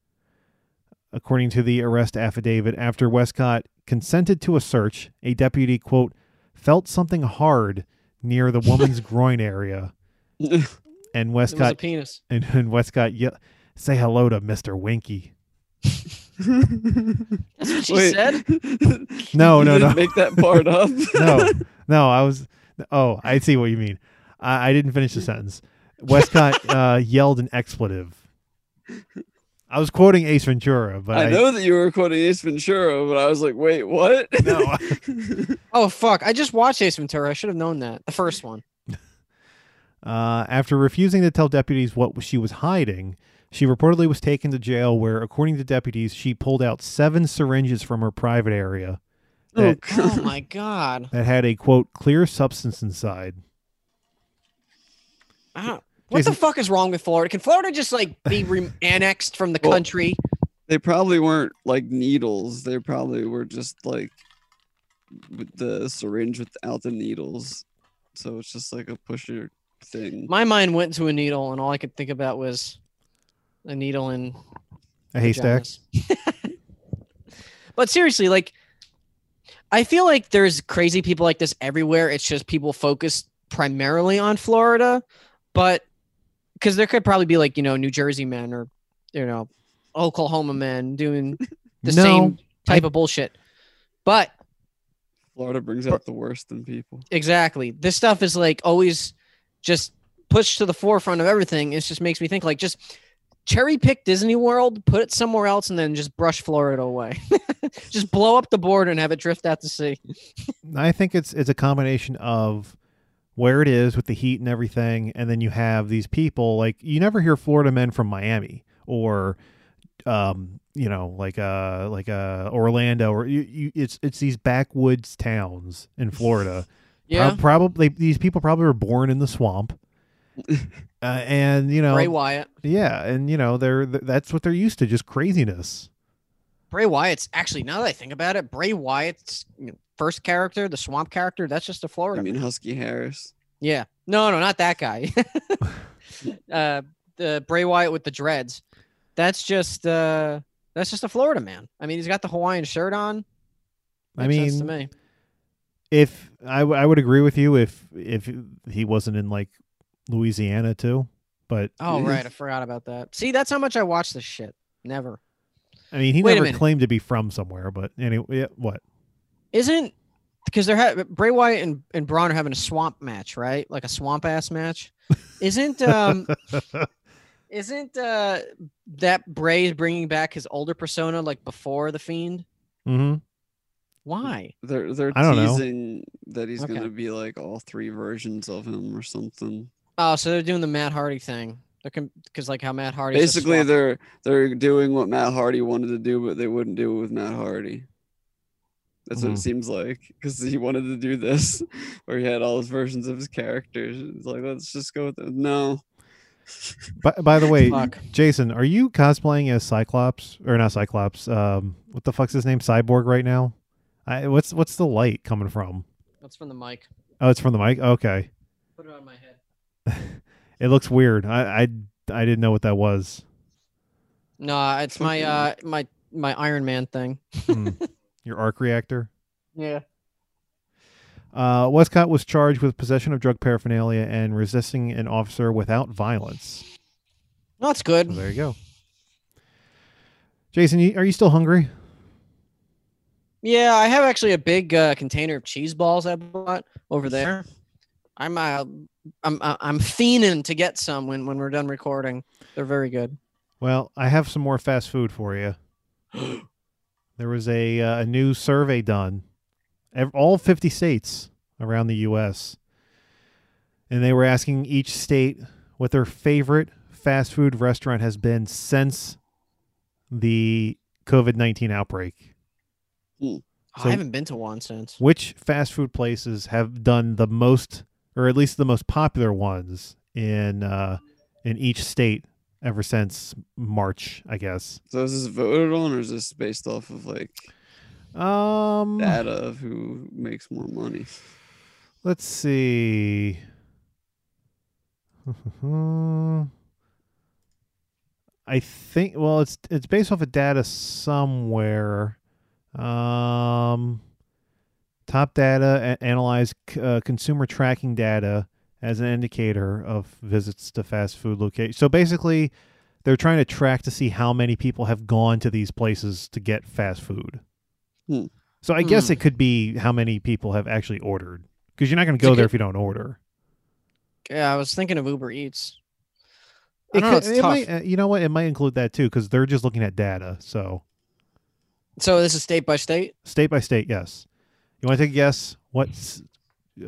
Speaker 4: According to the arrest affidavit, after Westcott consented to a search, a deputy, quote, felt something hard near the woman's groin area. And
Speaker 3: It was a
Speaker 4: Westcott
Speaker 3: penis.
Speaker 4: and, and Westcott ye- say hello to Mr. Winky.
Speaker 3: That's what she
Speaker 5: Wait.
Speaker 3: said.
Speaker 4: No,
Speaker 5: You
Speaker 4: no,
Speaker 5: didn't
Speaker 4: no.
Speaker 5: Make that part up.
Speaker 4: no, no, I was. Oh, I see what you mean. I, I didn't finish the sentence. Westcott uh, yelled an expletive. I was quoting Ace Ventura, but I,
Speaker 5: I know that you were quoting Ace Ventura, but I was like, wait, what?
Speaker 4: No.
Speaker 3: Oh fuck! I just watched Ace Ventura. I should have known that. The first one.
Speaker 4: Uh, after refusing to tell deputies what she was hiding, she reportedly was taken to jail, where, according to deputies, she pulled out seven syringes from her private area
Speaker 5: oh,
Speaker 4: that,
Speaker 5: God.
Speaker 3: Oh my god.
Speaker 4: that had a quote clear substance inside.
Speaker 3: I don't- what
Speaker 4: Jason-
Speaker 3: the fuck is wrong with Florida? Can Florida just like be re- annexed from the
Speaker 5: Well-
Speaker 3: country?
Speaker 5: They probably weren't like needles. They probably were just like with the syringe without the needles. So it's just like a pusher thing.
Speaker 3: My mind went to a needle, and all I could think about was a needle and
Speaker 4: A haystack.
Speaker 3: pajamas. but seriously, like, I feel like there's crazy people like this everywhere. It's just people focused primarily on Florida, but because there could probably be like you know New Jersey men or you know Oklahoma men doing the
Speaker 4: no,
Speaker 3: same type of bullshit. But
Speaker 5: Florida brings out the worst in people.
Speaker 3: exactly, this stuff is like always just pushed to the forefront of everything. It just makes me think like just cherry pick Disney World, put it somewhere else, and then just brush Florida away. just blow up the board and have it drift out to sea.
Speaker 4: I think it's it's a combination of where it is with the heat and everything, and then you have these people like you never hear Florida men from Miami or um you know like uh like uh Orlando or you, you it's it's these backwoods towns in Florida.
Speaker 3: Yeah,
Speaker 4: probably these people probably were born in the swamp. Uh, and you know
Speaker 3: Bray Wyatt.
Speaker 4: yeah and you know they're th- that's what they're used to just craziness
Speaker 3: Bray Wyatt's actually now that I think about it, Bray Wyatt's you know, first character, the swamp character, that's just a
Speaker 5: I
Speaker 3: Florida.
Speaker 5: mean, Husky Harris.
Speaker 3: yeah, no, no, not that guy. uh, the Bray Wyatt with the dreads. That's just uh, that's just a Florida man. I mean, he's got the Hawaiian shirt on.
Speaker 4: I
Speaker 3: Makes sense
Speaker 4: mean,
Speaker 3: to me.
Speaker 4: if I, w- I would agree with you if if he wasn't in like Louisiana too. But
Speaker 3: Oh right, I forgot about that. See, that's how much I watch this shit. Never.
Speaker 4: I mean, he
Speaker 3: Wait a
Speaker 4: never
Speaker 3: minute. claimed
Speaker 4: claimed to be from somewhere. But anyway, yeah, what?
Speaker 3: Isn't because they're ha- Bray Wyatt and, and Braun are having a swamp match, right? Like a swamp ass match. Isn't um isn't uh that Bray bringing back his older persona like before the Fiend?
Speaker 4: hmm
Speaker 3: Why?
Speaker 5: They're they're
Speaker 4: I don't know.
Speaker 5: teasing that he's
Speaker 3: Okay.
Speaker 5: gonna be like all three versions of him or something.
Speaker 3: Oh, so they're doing the Matt Hardy thing. They're because like how Matt Hardy
Speaker 5: Basically, they're they're doing what Matt Hardy wanted to do, but they wouldn't do it with Matt Hardy. That's what
Speaker 4: Mhm.
Speaker 5: it seems like, because he wanted to do this, where he had all his versions of his characters. It's like let's just go with it. No,
Speaker 4: By, by the way,
Speaker 3: Fuck.
Speaker 4: Jason, are you cosplaying as Cyclops or not Cyclops? Um, what the fuck's his name? Cyborg right now? I, what's what's the light coming from?
Speaker 3: that's from the mic.
Speaker 4: Oh, it's from the mic. Okay,
Speaker 3: Put it on my head.
Speaker 4: it looks weird. I I, I didn't know what that was.
Speaker 3: No, it's my uh
Speaker 5: Fucking-
Speaker 3: my my Iron Man thing.
Speaker 4: Hmm. Your arc reactor.
Speaker 3: Yeah.
Speaker 4: Uh, Westcott was charged with possession of drug paraphernalia and resisting an officer without violence.
Speaker 3: No, it's
Speaker 4: So
Speaker 3: good.
Speaker 4: there you go. Jason, you, are you still hungry?
Speaker 3: Yeah, I have actually a big uh, container of cheese balls I bought over there. I'm uh, I'm I- I'm fiending to get some when when we're done recording. They're very good.
Speaker 4: Well, I have some more fast food for you. there was a uh, a new survey done, ev- all 50 states around the U.S. And they were asking each state what their favorite fast food restaurant has been since the COVID 19 outbreak.
Speaker 3: Oh,
Speaker 4: So-
Speaker 3: I haven't been to one since.
Speaker 4: which fast food places have done the most or at least the most popular ones in uh in each state ever since march i guess
Speaker 5: so is this voted on, or is this based off of like
Speaker 4: um
Speaker 5: data of who makes more money?
Speaker 4: let's see i I think well it's it's based off of data somewhere. Um top data a- analyze c- uh, consumer tracking data as an indicator of visits to fast food locations. So basically they're trying to track to see how many people have gone to these places to get fast food.
Speaker 5: Hmm.
Speaker 4: So I guess it could be how many people have actually ordered because you're not going to go
Speaker 3: It's a
Speaker 4: there
Speaker 3: good-
Speaker 4: if you don't order.
Speaker 3: Yeah, I was thinking of Uber Eats. I
Speaker 4: It
Speaker 3: don't know,
Speaker 4: could-
Speaker 3: it's
Speaker 4: it
Speaker 3: tough.
Speaker 4: might- uh, you know what? It might include that too because they're just looking at data. So
Speaker 3: So this is state by state.
Speaker 4: state by state, yes. You want to take a guess? What's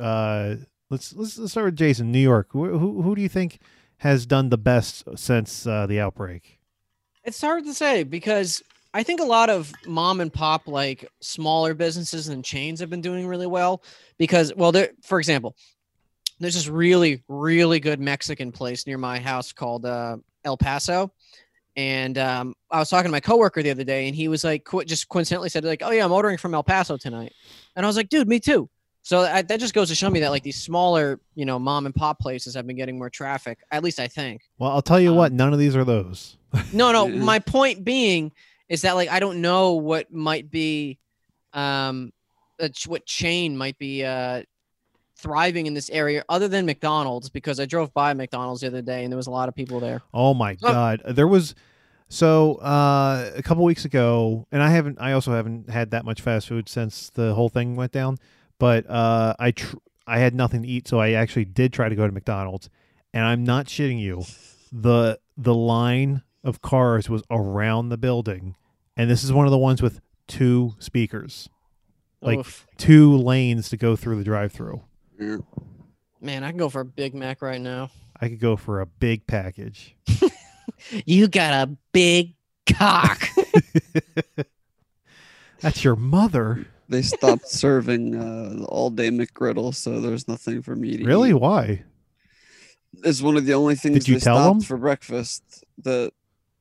Speaker 4: uh? Let's let's, let's start with Jason. New York. Who, who who do you think has done the best since uh, the outbreak?
Speaker 3: It's hard to say because I think a lot of mom and pop, like smaller businesses and chains, have been doing really well because, well, there, for example, there's this really, really good Mexican place near my house called uh, El Paso. And um, I was talking to my coworker the other day, and he was like, qu- just coincidentally said, like, oh, yeah, I'm ordering from El Paso tonight. And I was like, dude, me too. So I, that just goes to show me that, like, these smaller, you know, mom and pop places have been getting more traffic. At least I think.
Speaker 4: Well, I'll tell you what.
Speaker 3: Um,
Speaker 4: None of these are those.
Speaker 3: No, no.
Speaker 5: Yeah.
Speaker 3: My point being is that like I don't know what might be, um, uh, ch- what chain might be uh, thriving in this area other than McDonald's because I drove by McDonald's the other day and there was a lot of people there.
Speaker 4: Oh my
Speaker 3: Oh.
Speaker 4: god. There was so uh a couple weeks ago and I haven't I also haven't had that much fast food since the whole thing went down, but uh I tr- I had nothing to eat so I actually did try to go to McDonald's and I'm not shitting you. The the line of cars was around the building and this is one of the ones with two speakers, Like-
Speaker 3: Oof.
Speaker 4: two lanes to go through the drive-through.
Speaker 5: Yeah.
Speaker 3: man, I can go for a Big Mac right now.
Speaker 4: I could go for a big package.
Speaker 3: You got a big cock.
Speaker 4: That's your mother.
Speaker 5: They stopped serving uh, all day McGriddle, so there's nothing for me to
Speaker 4: Really?
Speaker 5: eat.
Speaker 4: Why?
Speaker 5: It's one of the only things
Speaker 4: you
Speaker 5: they
Speaker 4: tell
Speaker 5: stopped
Speaker 4: them?
Speaker 5: for breakfast. The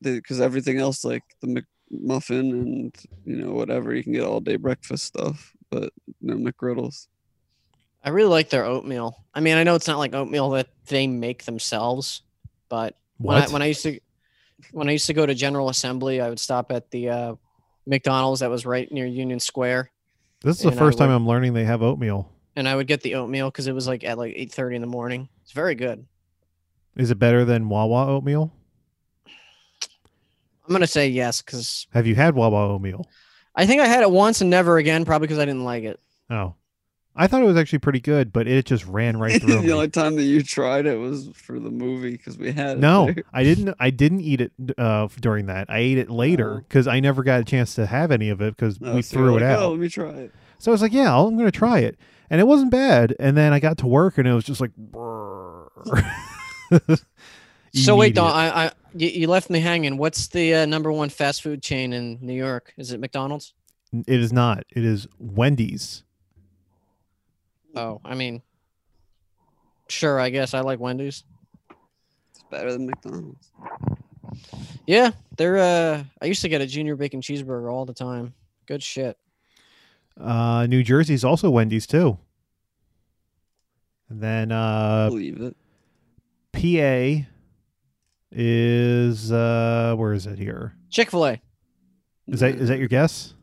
Speaker 5: because everything else like the McMuffin and you know whatever you can get all day breakfast stuff, but no McGriddles.
Speaker 3: I really like their oatmeal. I mean, I know it's not like oatmeal that they make themselves, but When I,
Speaker 4: What?
Speaker 3: when I used to when I used to go to General Assembly, I would stop at the uh, McDonald's that was right near Union Square,
Speaker 4: This is the
Speaker 3: and I
Speaker 4: first time
Speaker 3: would-
Speaker 4: I'm learning they have oatmeal.
Speaker 3: and I would get the oatmeal because it was like at like eight thirty in the morning. It's very good.
Speaker 4: Is it better than Wawa oatmeal?
Speaker 3: I'm gonna say yes because
Speaker 4: Have you had Wawa oatmeal?
Speaker 3: I think I had it once and never again, probably because I didn't like it.
Speaker 4: Oh, I thought it was actually pretty good, but it just ran right through.
Speaker 5: the
Speaker 4: me.
Speaker 5: only time that you tried it was for the movie because we had it
Speaker 4: No,
Speaker 5: there.
Speaker 4: I didn't. I didn't eat it uh, during that. I ate it later
Speaker 5: Oh.
Speaker 4: because I never got a chance to have any of it because
Speaker 5: Oh,
Speaker 4: we
Speaker 5: so you're
Speaker 4: threw
Speaker 5: like,
Speaker 4: it out.
Speaker 5: Oh, let me try it.
Speaker 4: So I was like, yeah, I'll- I'm going to try it. And it wasn't bad. And then I got to work and it was just like,
Speaker 3: So wait, Don,
Speaker 4: Immediate.
Speaker 3: I, I you, you left me hanging. What's the uh, number one fast food chain in New York? Is it McDonald's?
Speaker 4: It is not. It is Wendy's.
Speaker 3: Oh, I mean, sure, I guess I like Wendy's.
Speaker 5: It's better than McDonald's.
Speaker 3: Yeah, they're. Uh, I used to get a junior bacon cheeseburger all the time. Good shit.
Speaker 4: Uh, New Jersey's also Wendy's too. And then uh,
Speaker 5: Believe it.
Speaker 4: PA is uh, where is it here?
Speaker 3: Chick Fil A.
Speaker 4: Is that is that your guess?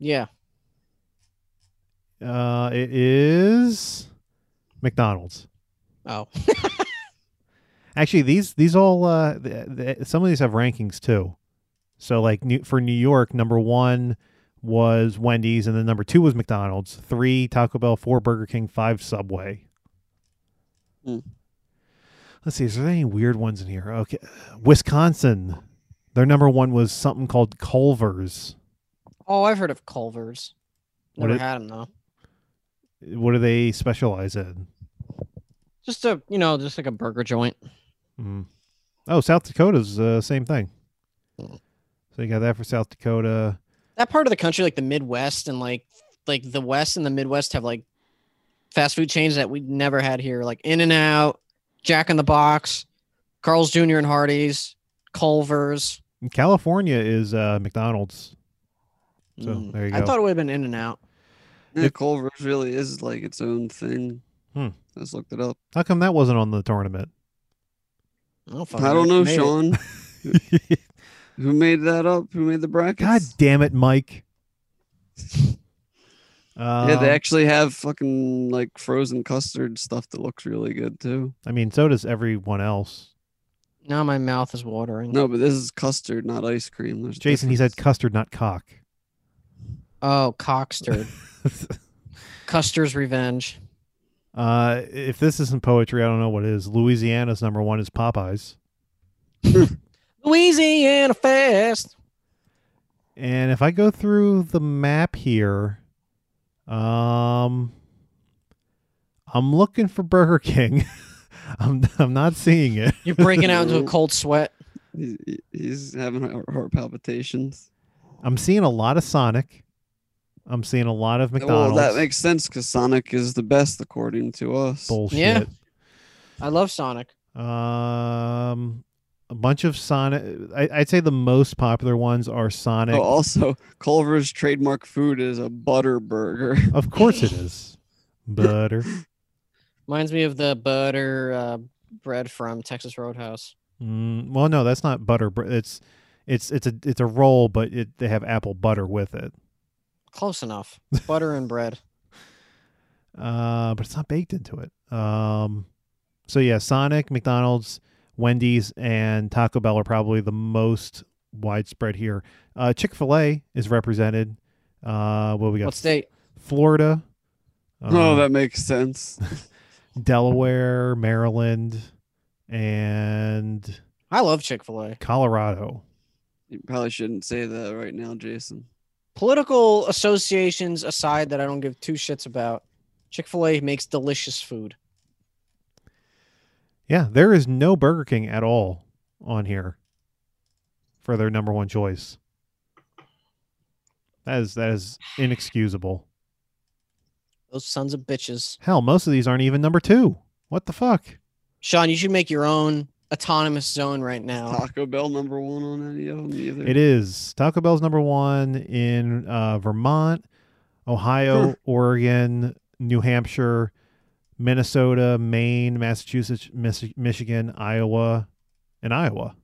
Speaker 3: Yeah.
Speaker 4: Uh, it is McDonald's.
Speaker 3: Oh.
Speaker 4: Actually, these these all uh, th- th- some of these have rankings too. So like new, for New York, number one was Wendy's, and then number two was McDonald's. Three Taco Bell, four Burger King, five Subway.
Speaker 5: Hmm.
Speaker 4: Let's see, is there any weird ones in here? Okay, Wisconsin, their number one was something called Culver's.
Speaker 3: Oh, I've heard of Culver's.
Speaker 4: What
Speaker 3: Never
Speaker 4: it-
Speaker 3: had them though.
Speaker 4: What do they specialize in?
Speaker 3: Just a you know, just like a burger joint.
Speaker 4: Mm. Oh, South Dakota's uh, same thing.
Speaker 3: Hmm.
Speaker 4: So you got that for South Dakota.
Speaker 3: That part of the country, like the Midwest and like like the West and the Midwest, have like fast food chains that we never had here, like In and Out, Jack in the Box, Carl's Jr. and Hardee's, Culver's.
Speaker 4: California is uh, McDonald's. So
Speaker 3: Mm.
Speaker 4: there you
Speaker 3: I
Speaker 4: go.
Speaker 3: thought it would have been In and Out.
Speaker 5: Yeah,
Speaker 4: If-
Speaker 5: Culver's really is like its own thing.
Speaker 4: Hmm.
Speaker 5: I just looked it up.
Speaker 4: How come that wasn't on the tournament?
Speaker 3: I don't,
Speaker 5: I don't know,
Speaker 3: Sean.
Speaker 5: Sean. Who made that up? Who made the brackets?
Speaker 4: God damn it, Mike. Uh,
Speaker 5: yeah, they actually have fucking like frozen custard stuff that looks really good too.
Speaker 4: I mean, so does everyone else.
Speaker 3: Now my mouth is watering.
Speaker 5: No, but this is custard, not ice cream. There's
Speaker 4: Jason, he said custard, not cock.
Speaker 3: Oh, cockster. Custer's revenge.
Speaker 4: Uh, if this isn't poetry, I don't know what is. Louisiana's number one is Popeyes.
Speaker 3: Louisiana Fest.
Speaker 4: And if I go through the map here, um, I'm looking for Burger King. I'm I'm not seeing it.
Speaker 3: You're breaking out into a cold sweat.
Speaker 5: he's, he's having heart- heart palpitations.
Speaker 4: I'm seeing a lot of Sonic. I'm seeing a lot of McDonald's.
Speaker 5: Oh, Well, that makes sense because Sonic is the best according to us.
Speaker 4: bullshit.
Speaker 3: Yeah. I love Sonic.
Speaker 4: Um, a bunch of Sonic. I, I'd say the most popular ones are Sonic.
Speaker 5: Oh, also, Culver's trademark food is a butter burger.
Speaker 4: Of course it is. Butter.
Speaker 3: Reminds me of the butter uh, bread from Texas Roadhouse.
Speaker 4: Mm, well, no, that's not butter. br- It's it's it's a it's a roll, but it, they have apple butter with it.
Speaker 3: Close enough. Butter and bread.
Speaker 4: Uh, but it's not baked into it. Um, so yeah, Sonic, McDonald's, Wendy's, and Taco Bell are probably the most widespread here. Uh, Chick Fil A is represented. Uh, what we got?
Speaker 3: What state?
Speaker 4: Florida.
Speaker 5: oh,
Speaker 4: uh,
Speaker 5: that makes sense.
Speaker 4: um, Delaware, Maryland, and
Speaker 3: I love Chick fil A.
Speaker 4: Colorado.
Speaker 5: You probably shouldn't say that right now, Jason.
Speaker 3: Political associations aside that I don't give two shits about, Chick fil A makes delicious food.
Speaker 4: Yeah, there is no Burger King at all on here for their number one choice. That is that is inexcusable.
Speaker 3: Those sons of bitches.
Speaker 4: Hell, most of these aren't even number two. What the fuck?
Speaker 3: Sean, you should make your own autonomous zone right now.
Speaker 5: Taco Bell number one on any of them either.
Speaker 4: It is Taco Bell's number one in uh, Vermont, Ohio, Oregon, New Hampshire, Minnesota, Maine, Massachusetts, Mis- Michigan, Iowa, and Iowa.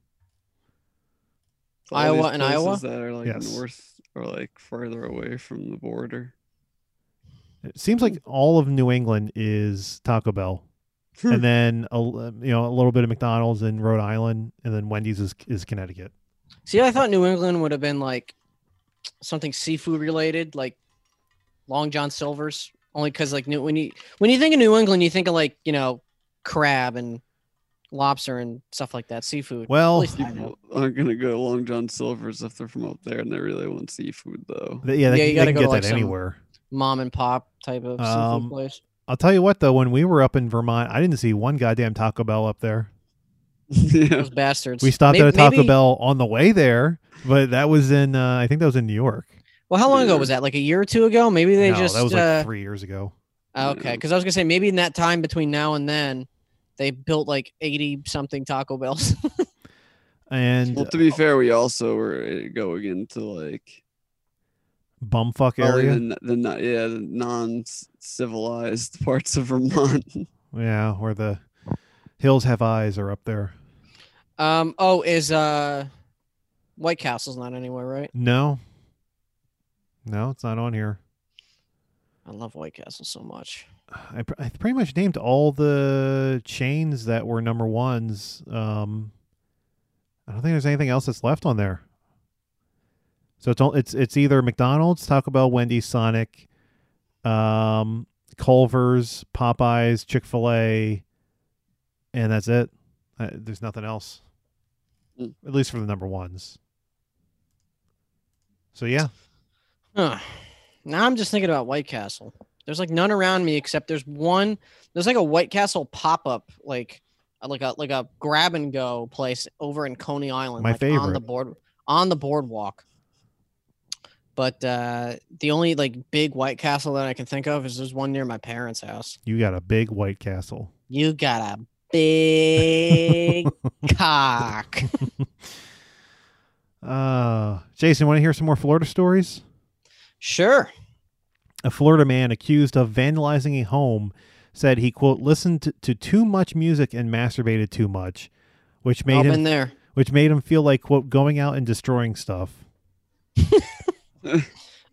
Speaker 5: All these
Speaker 3: Iowa and Iowa?
Speaker 5: places That are like
Speaker 4: Yes.
Speaker 5: north or like further away from the border.
Speaker 4: It seems like all of New England is Taco Bell,
Speaker 3: Hmm.
Speaker 4: and then a, l- you know a little bit of McDonald's in Rhode Island, and then Wendy's is, is Connecticut.
Speaker 3: See, I thought New England would have been like something seafood related, like Long John Silver's. Only because like new when you when you think of New England, you think of like you know crab and lobster and stuff like that, seafood. At
Speaker 4: Well,
Speaker 3: least I know.
Speaker 5: People aren't gonna go to Long John Silver's if they're from up there and they really want seafood though.
Speaker 4: th- yeah, they,
Speaker 3: Yeah, you
Speaker 4: can- they
Speaker 3: gotta
Speaker 4: can
Speaker 3: go
Speaker 4: get
Speaker 3: to, like,
Speaker 4: that
Speaker 3: some-
Speaker 4: anywhere.
Speaker 3: mom and pop type of seafood
Speaker 4: Um,
Speaker 3: place.
Speaker 4: I'll tell you what though, when we were up in Vermont, I didn't see one goddamn Taco Bell up there.
Speaker 5: yeah.
Speaker 3: Those bastards.
Speaker 4: We stopped
Speaker 3: May-
Speaker 4: at a Taco
Speaker 3: maybe-
Speaker 4: Bell on the way there, but that was in uh, I think that was in New York.
Speaker 3: Well, how long ago was that? Like a year or two ago? Maybe they
Speaker 4: no,
Speaker 3: just
Speaker 4: that was like
Speaker 3: uh,
Speaker 4: three years ago.
Speaker 3: Oh, Okay, because I was gonna say maybe in that time between now and then, they built like eighty something Taco Bells.
Speaker 4: And
Speaker 5: Well, to be fair, we also were uh, going into like
Speaker 4: bumfuck
Speaker 5: probably the,
Speaker 4: area.
Speaker 5: n- the not yeah the non-civilized parts of Vermont.
Speaker 4: yeah, where the hills have eyes are up there.
Speaker 3: um. Oh, is uh, White Castle's not anywhere, right?
Speaker 4: No, no, it's not on here.
Speaker 3: I love White Castle so much.
Speaker 4: I, pr- I pretty much named all the chains that were number ones. Um, I don't think there's anything else that's left on there. So it's all, it's it's either McDonald's, Taco Bell, Wendy's, Sonic, um, Culver's, Popeyes, Chick Fil A, and that's it. Uh, there's nothing else,
Speaker 5: Mm.
Speaker 4: at least for the number ones. So yeah,
Speaker 3: Huh. Now I'm just thinking about White Castle. There's like none around me except there's one. There's like a White Castle pop up, like uh, like a like a grab and go place over in Coney Island.
Speaker 4: My
Speaker 3: like, on the
Speaker 4: favorite.
Speaker 3: board on the boardwalk. But uh, the only like big White Castle that I can think of is there's one near my parents' house.
Speaker 4: you got a big White Castle.
Speaker 3: You got a big cock.
Speaker 4: Uh, Jason, want to hear some more Florida stories?
Speaker 3: Sure.
Speaker 4: A Florida man accused of vandalizing a home said he quote listened to, to too much music and masturbated too much, which made
Speaker 3: I've
Speaker 4: him
Speaker 3: been there.
Speaker 4: which made him feel like quote going out and destroying stuff.
Speaker 3: I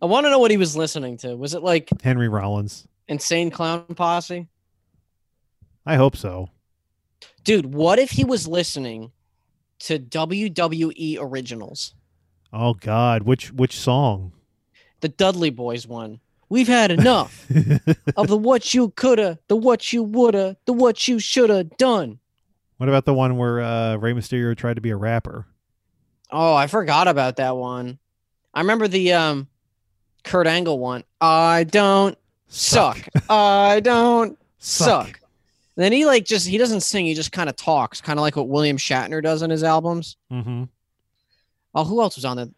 Speaker 3: want to know what he was listening to. Was it like
Speaker 4: Henry Rollins.
Speaker 3: Insane Clown Posse?
Speaker 4: I hope so.
Speaker 3: Dude, what if he was listening to WWE originals?
Speaker 4: Oh God, which which song?
Speaker 3: The Dudley Boys one. We've had enough
Speaker 4: what
Speaker 3: of the what you coulda, the what you woulda, the what you shoulda done.
Speaker 4: about the one where uh, Rey Mysterio tried to be a rapper?
Speaker 3: Oh, I forgot about that one. I remember the um Kurt Angle one. I don't suck. I don't suck. Then he like just he doesn't sing, he just kind of talks, kind of like what William Shatner does in his albums.
Speaker 4: Mm-hmm.
Speaker 3: Oh, who else was on that?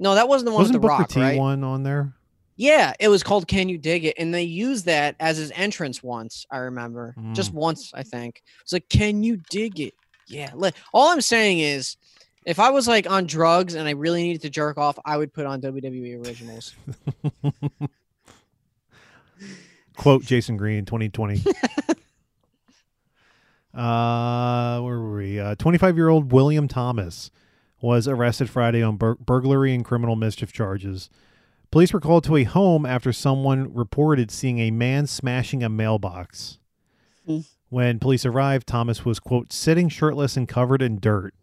Speaker 3: No, that wasn't the one
Speaker 4: Wasn't
Speaker 3: with the
Speaker 4: Booker
Speaker 3: rock,
Speaker 4: T
Speaker 3: right?
Speaker 4: one on there?
Speaker 3: Yeah, it was called Can You Dig It? And they used that as his entrance once, I remember.
Speaker 4: Hmm.
Speaker 3: Just once, I think. It's like, Can you dig it? Yeah. li- All I'm saying is, if I was like on drugs and I really needed to jerk off, I would put on WWE Originals.
Speaker 4: Quote Jason Green, 2020. uh, where were we? Uh, 25 year old William Thomas was arrested Friday on bur- burglary and criminal mischief charges. Police were called to a home after someone reported seeing a man smashing a mailbox.
Speaker 5: Hmm.
Speaker 4: When police arrived, Thomas was, quote, sitting shirtless and covered in dirt.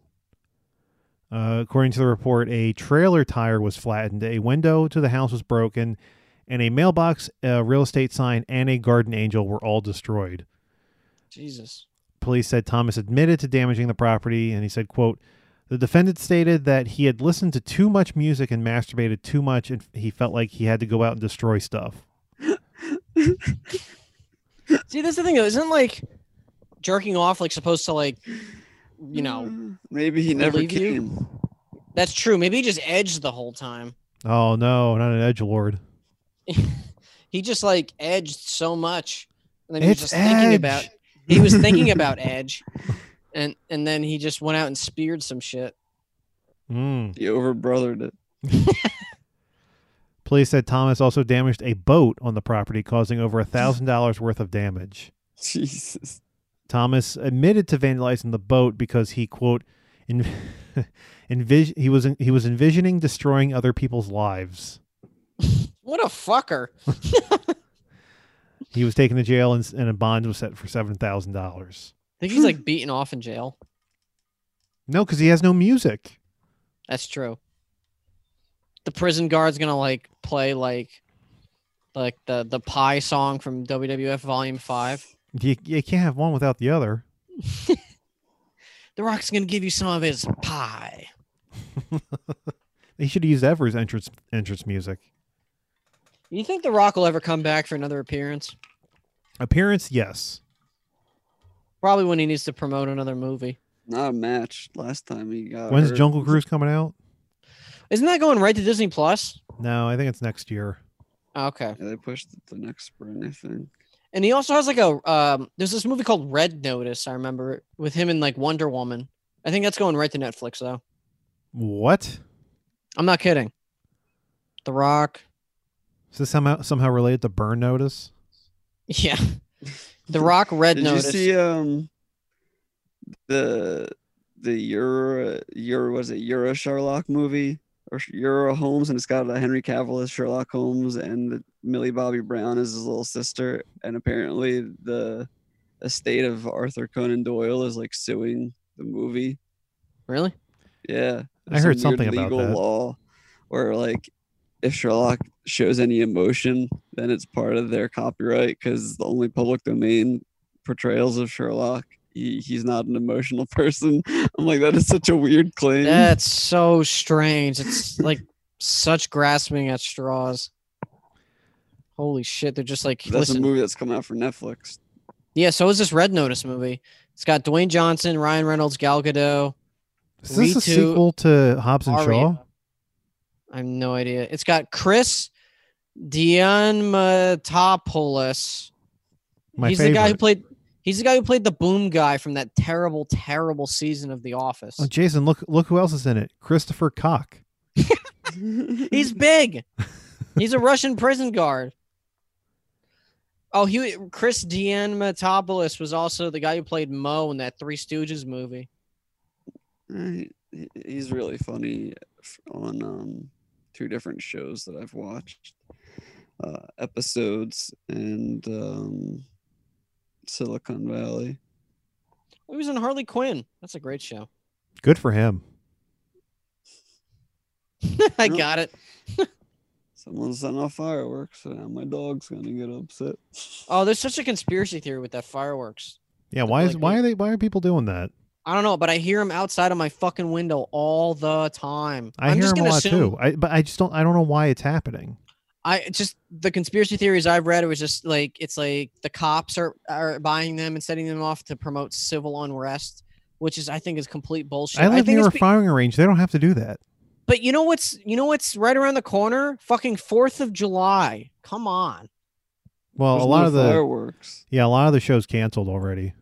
Speaker 4: Uh, according to the report, a trailer tire was flattened, a window to the house was broken, and a mailbox, a real estate sign, and a garden angel were all destroyed.
Speaker 3: Jesus.
Speaker 4: Police said Thomas admitted to damaging the property, and he said, quote, the defendant stated that he had listened to too much music and masturbated too much, and he felt like he had to go out and destroy stuff.
Speaker 3: See, that's the thing though. Isn't like jerking off like supposed to like, you
Speaker 5: Mm.
Speaker 3: know,
Speaker 5: Maybe he never
Speaker 3: Believe you?
Speaker 5: came.
Speaker 3: that's true. Maybe he just edged the whole time.
Speaker 4: Oh no, not an edge lord.
Speaker 3: he just like edged so much and then he was
Speaker 4: It's
Speaker 3: just thinking about
Speaker 4: Edge.
Speaker 3: he was thinking about edge and and then he just went out and speared some shit
Speaker 4: Mm.
Speaker 5: He overbrothered it.
Speaker 4: Police said Thomas also damaged a boat on the property, causing over a thousand dollars worth of damage.
Speaker 5: Jesus.
Speaker 4: Thomas admitted to vandalizing the boat because he quote en- envis- he was he was envisioning destroying other people's lives.
Speaker 3: what a fucker
Speaker 4: He was taken to jail and, s- and a bond was set for seven thousand dollars.
Speaker 3: i think he's like beaten off in jail
Speaker 4: No, because he has no music.
Speaker 3: that's true the prison guard's gonna like play like like the the pie song from wwf volume 5
Speaker 4: You, you can't have one without the other.
Speaker 3: the rock's gonna give you some of his pie
Speaker 4: He should have used that for his entrance entrance music.
Speaker 3: you think the rock will ever come back for another appearance
Speaker 4: Appearance, yes.
Speaker 3: probably when he needs to promote another movie
Speaker 5: Not a match. Last time he
Speaker 3: Uh,
Speaker 5: got.
Speaker 4: When's
Speaker 5: hurt.
Speaker 4: Jungle Cruise coming out?
Speaker 3: isn't that going right to disney plus
Speaker 4: No, I think it's next year.
Speaker 3: okay
Speaker 5: Yeah, they pushed it to next spring, I think.
Speaker 3: And he also has like a um there's this movie called Red Notice, I remember it, with him and like Wonder Woman. I think that's going right to Netflix though.
Speaker 4: What?
Speaker 3: I'm not kidding. The Rock.
Speaker 4: Is this somehow somehow related to Burn Notice?
Speaker 3: Yeah. The Rock Red
Speaker 5: Did
Speaker 3: Notice.
Speaker 5: you see um the the Euro Euro was it Euro Sherlock movie or Sh- Euro Holmes and it's got uh, Henry Cavill as Sherlock Holmes and the- Millie Bobby Brown as his little sister and apparently the estate of Arthur Conan Doyle is like suing the movie.
Speaker 3: really?
Speaker 5: Yeah,
Speaker 4: I heard something about
Speaker 5: legal
Speaker 4: that.
Speaker 5: law where like if Sherlock shows any emotion, then it's part of their copyright because the only public domain portrayals of Sherlock. He, he's not an emotional person. I'm like, that is such a weird claim.
Speaker 3: That's so strange. It's like such grasping at straws. Holy shit, they're just like
Speaker 5: That's a
Speaker 3: listen.
Speaker 5: movie that's coming out for Netflix.
Speaker 3: Yeah, so is this Red Notice movie. It's got Dwayne Johnson, Ryan Reynolds, Gal Gadot.
Speaker 4: Is this
Speaker 3: Ritu
Speaker 4: a sequel to Hobbs and
Speaker 3: Aria.
Speaker 4: Shaw?
Speaker 3: I have no idea. It's got Chris Diamatopoulos.
Speaker 4: My
Speaker 3: he's
Speaker 4: favorite.
Speaker 3: the guy who played. He's the guy who played the boom guy from that terrible, terrible season of The Office.
Speaker 4: Oh, Jason, look look who else is in it. Christopher Cock.
Speaker 3: He's big. he's a Russian prison guard. Oh, he Chris Diamatopoulos was also the guy who played Mo in that Three Stooges movie.
Speaker 5: Eh, he- He's really funny f- on um, two different shows that I've watched uh, episodes and um, Silicon Valley.
Speaker 3: He was in Harley Quinn. That's a great show.
Speaker 4: Good for him.
Speaker 3: I
Speaker 5: Yep.
Speaker 3: got it.
Speaker 5: Someone sent off fireworks, so now my dog's gonna get upset.
Speaker 3: Oh, there's such a conspiracy theory with that fireworks.
Speaker 4: Yeah, why is
Speaker 3: Like,
Speaker 4: why
Speaker 3: he-
Speaker 4: are they why are people doing that?
Speaker 3: I don't know, but I hear him outside of my fucking window all the time.
Speaker 4: I
Speaker 3: am
Speaker 4: hear
Speaker 3: just
Speaker 4: him a
Speaker 3: gonna
Speaker 4: lot
Speaker 3: assume,
Speaker 4: too. I but I just don't I don't know why it's happening.
Speaker 3: I it's just the conspiracy theories I've read it was just like it's like the cops are are buying them and setting them off to promote civil unrest, which is I think is complete bullshit.
Speaker 4: I live
Speaker 3: think
Speaker 4: near
Speaker 3: it's
Speaker 4: a
Speaker 3: be-
Speaker 4: firing range. They don't have to do that.
Speaker 3: But you know what's you know what's right around the corner? Fucking Fourth of July. Come on.
Speaker 4: Well,
Speaker 5: There's
Speaker 4: a lot
Speaker 5: no
Speaker 4: of the
Speaker 5: fireworks.
Speaker 4: yeah, a lot of the shows canceled already.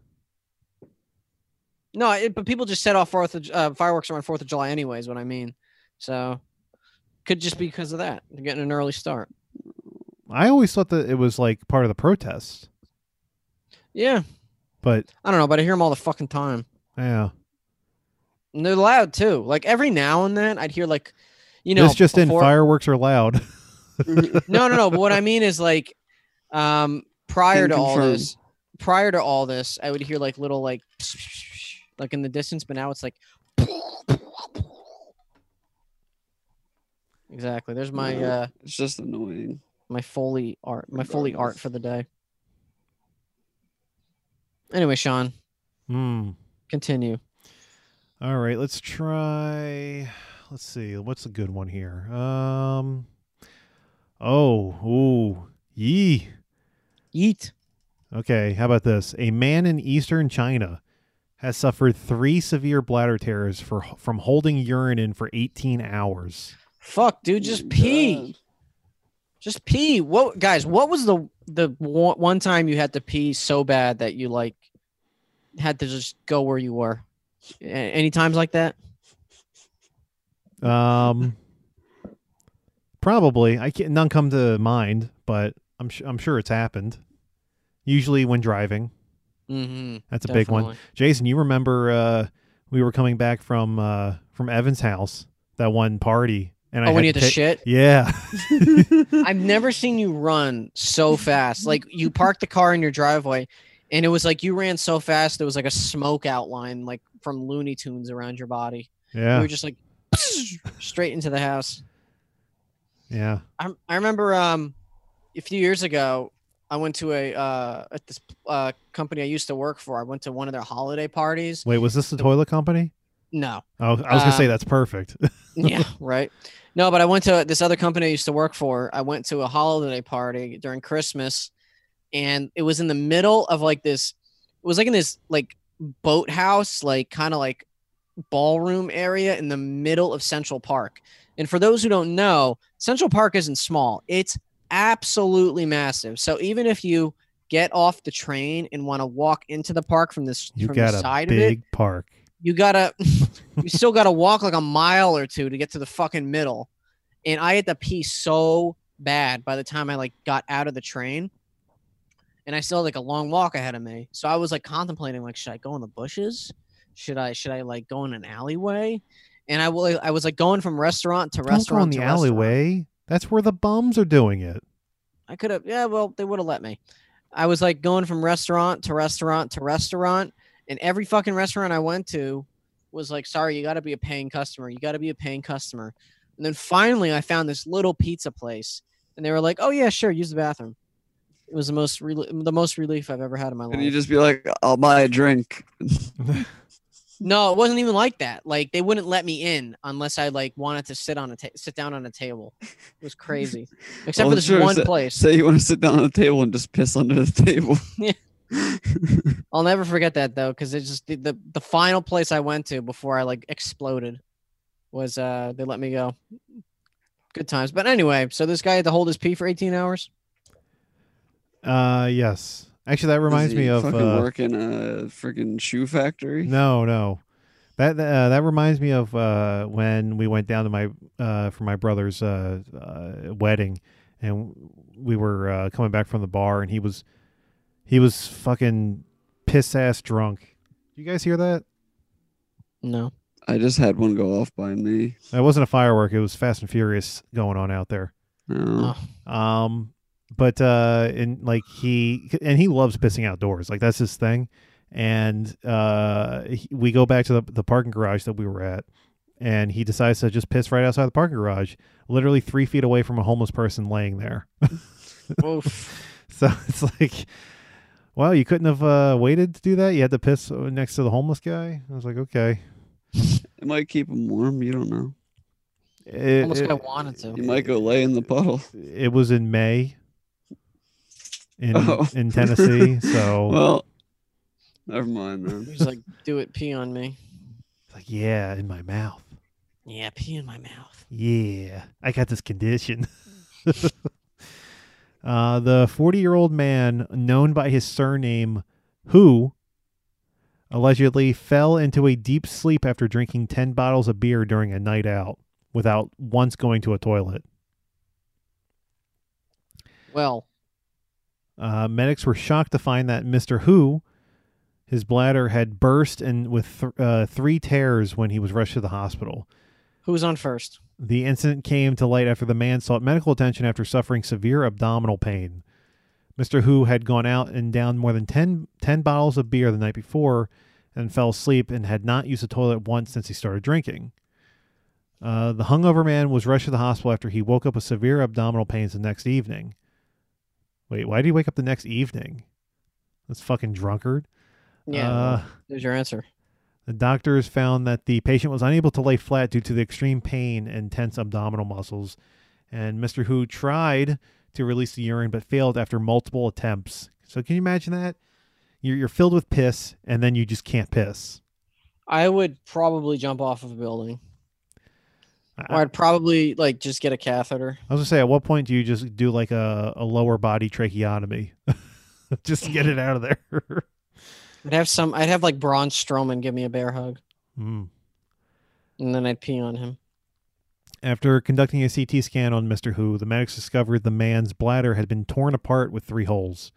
Speaker 3: No, it, but people just set off Fourth of, Ju- uh, fireworks around Fourth of July, anyways. What I mean, so could just be because of that. They're getting an early start.
Speaker 4: I always thought that it was like part of the protests,
Speaker 3: Yeah,
Speaker 4: but
Speaker 3: I don't know, but I hear them all the fucking time,
Speaker 4: yeah,
Speaker 3: and they're loud too. Like every now and then, I'd hear like, you know,
Speaker 4: this just
Speaker 3: before-
Speaker 4: in: fireworks are loud.
Speaker 3: no, no, no. But what I mean is like, um, prior
Speaker 5: Can
Speaker 3: to all
Speaker 5: confirm.
Speaker 3: this, prior to all this, I would hear like little like, like in the distance, but now it's like. Exactly. There's my
Speaker 5: Yeah.
Speaker 3: uh
Speaker 5: It's just annoying.
Speaker 3: my Foley art, my Foley art
Speaker 5: Regardless.
Speaker 3: for the day. Anyway, Sean,
Speaker 4: Hmm.
Speaker 3: continue.
Speaker 4: All right, let's try. Let's see. What's a good one here? Um. Oh, ooh, yee.
Speaker 3: Yeet.
Speaker 4: Okay, how about this? A man in eastern China has suffered three severe bladder tears for from holding urine in for 18 hours.
Speaker 3: Fuck, dude, just
Speaker 5: God.
Speaker 3: pee. Just pee. What, guys? What was the the one one time you had to pee so bad that you like had to just go where you were? A- Any times like that?
Speaker 4: Um, probably. I can't. None come to mind, but I'm su- I'm sure it's happened. Usually when driving,
Speaker 3: Mm-hmm.
Speaker 4: that's a big one. Jason, you remember uh, we were coming back from uh, from Evan's house that one party, and I
Speaker 3: Oh, when you
Speaker 4: had
Speaker 3: had to
Speaker 4: to take-
Speaker 3: shit.
Speaker 4: Yeah,
Speaker 3: I've never seen you run so fast. Like you parked the car in your driveway, and it was like you ran so fast there was like a smoke outline, like from Looney Tunes around your body. You
Speaker 4: yeah,
Speaker 3: were just like straight into the house.
Speaker 4: yeah.
Speaker 3: I, I remember um, a few years ago, I went to a uh, at this uh, company I used to work for. I went to one of their holiday parties.
Speaker 4: Wait, was this the toilet company?
Speaker 3: No,
Speaker 4: Oh, I was gonna say
Speaker 3: Um,
Speaker 4: that's perfect.
Speaker 3: yeah, right. No, but I went to this other company I used to work for. I went to a holiday party during Christmas, and it was in the middle of like this. It was like in this like boathouse, like kind of like ballroom area in the middle of Central Park. And for those who don't know, Central Park isn't small. It's absolutely massive. So even if you get off the train and want to walk into the park from this
Speaker 4: You
Speaker 3: from
Speaker 4: got
Speaker 3: the
Speaker 4: a
Speaker 3: side of it,
Speaker 4: big park.
Speaker 3: you gotta you still gotta walk like a mile or two to get to the fucking middle and i had to pee so bad by the time i like got out of the train and i still had like a long walk ahead of me so i was like contemplating like should i go in the bushes should i should i like go in an alleyway and i will i was like going from restaurant to
Speaker 4: Don't go in
Speaker 3: restaurant
Speaker 4: the
Speaker 3: to restaurant.
Speaker 4: alleyway. That's where the bums are doing it.
Speaker 3: I could have. Yeah, well, they would have let me. I was like going from restaurant to restaurant to restaurant, and every fucking restaurant I went to was like, "Sorry, you got to be a paying customer. You got to be a paying customer." And then finally, I found this little pizza place, and they were like, "Oh yeah, sure, use the bathroom." It was the most rel- the most relief I've ever had in my
Speaker 5: Can you
Speaker 3: life.
Speaker 5: just be like, I'll buy a drink?
Speaker 3: no, it wasn't even like that. Like they wouldn't let me in unless I like wanted to sit on a ta- sit down on a table. It was crazy, except for
Speaker 5: Well,
Speaker 3: this
Speaker 5: sure,
Speaker 3: one
Speaker 5: so-
Speaker 3: place.
Speaker 5: Say you want to sit down at the table and just piss under the table.
Speaker 3: Yeah. I'll never forget that though, because it's just the, the the final place I went to before I like exploded was uh they let me go. Good times. But anyway, so this guy had to hold his pee for 18 hours.
Speaker 4: Uh, yes. Actually, that reminds
Speaker 5: Does
Speaker 4: me
Speaker 5: he
Speaker 4: of
Speaker 5: fucking
Speaker 4: uh,
Speaker 5: work in a freaking shoe factory.
Speaker 4: no, no. That uh, that reminds me of uh, when we went down to my uh, for my brother's uh, uh, wedding, and we were uh, coming back from the bar, and he was he was fucking piss ass drunk. You guys hear that?
Speaker 3: No.
Speaker 5: I just had one go off by me.
Speaker 4: That wasn't a firework. It was Fast and Furious going on out there. Uh.
Speaker 5: No.
Speaker 4: Um, but uh, and like he and he loves pissing outdoors. Like that's his thing. And uh, he- we go back to the the parking garage that we were at, and he decides to just piss right outside the parking garage, literally three feet away from a homeless person laying there.
Speaker 3: Oof.
Speaker 4: So it's like, well, you couldn't have uh, waited to do that. You had to piss next to the homeless guy. I was like, okay.
Speaker 5: It might keep him warm. You don't know.
Speaker 4: It-
Speaker 3: Almost
Speaker 4: it-
Speaker 3: guy wanted to.
Speaker 5: You might go lay in the puddle.
Speaker 4: it was in May in
Speaker 5: Oh.
Speaker 4: in Tennessee. So
Speaker 5: Well, never mind
Speaker 3: He
Speaker 5: then.
Speaker 3: was like, "Do it, pee on me."
Speaker 4: it's like, yeah, in my mouth.
Speaker 3: Yeah, pee in my mouth.
Speaker 4: Yeah, I got this condition. uh, the 40 year old man, known by his surname, who allegedly fell into a deep sleep after drinking 10 bottles of beer during a night out without once going to a toilet.
Speaker 3: Well,
Speaker 4: Uh, medics were shocked to find that Mr. Who, his bladder had burst and with th- uh, three tears when he was rushed to the hospital.
Speaker 3: who was on first?
Speaker 4: The incident came to light after the man sought medical attention after suffering severe abdominal pain. Mr. Who had gone out and downed more than 10, 10 bottles of beer the night before and fell asleep and had not used the toilet once since he started drinking. Uh, the hungover man was rushed to the hospital after he woke up with severe abdominal pains the next evening. Wait, why did he wake up the next evening? This fucking drunkard.
Speaker 3: Yeah,
Speaker 4: Uh,
Speaker 3: there's your answer.
Speaker 4: the doctors found that the patient was unable to lay flat due to the extreme pain and tense abdominal muscles, and Mr. Who tried to release the urine but failed after multiple attempts. So can you imagine that? You're, you're filled with piss and then you just can't piss.
Speaker 3: I would probably jump off of a building,
Speaker 4: I,
Speaker 3: or I'd probably like just get a catheter.
Speaker 4: I was gonna say, at what point do you just do like a, a lower body tracheotomy just to get it out of there?
Speaker 3: I'd have some. I'd have like Braun Strowman give me a bear hug,
Speaker 4: Hmm.
Speaker 3: and then I'd pee on him.
Speaker 4: After conducting a CT scan on Mr. Who, the medics discovered the man's bladder had been torn apart with three holes.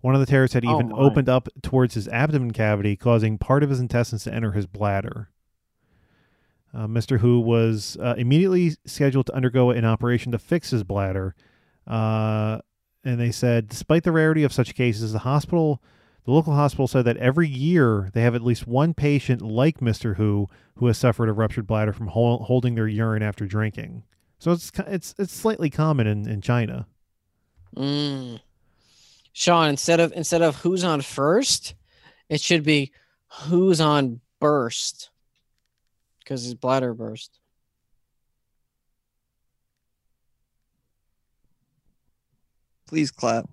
Speaker 4: One of the tears had
Speaker 3: Oh
Speaker 4: even
Speaker 3: my.
Speaker 4: opened up towards his abdomen cavity, causing part of his intestines to enter his bladder. Uh, Mr. Who was uh, immediately scheduled to undergo an operation to fix his bladder. Uh, and they said, despite the rarity of such cases, the hospital, the local hospital said that every year they have at least one patient like Mr. Who who has suffered a ruptured bladder from hol- holding their urine after drinking. So it's ki- it's it's slightly common in, in China.
Speaker 3: Mm. Sean, instead of instead of who's on first, it should be who's on burst, because his bladder burst.
Speaker 5: Please clap.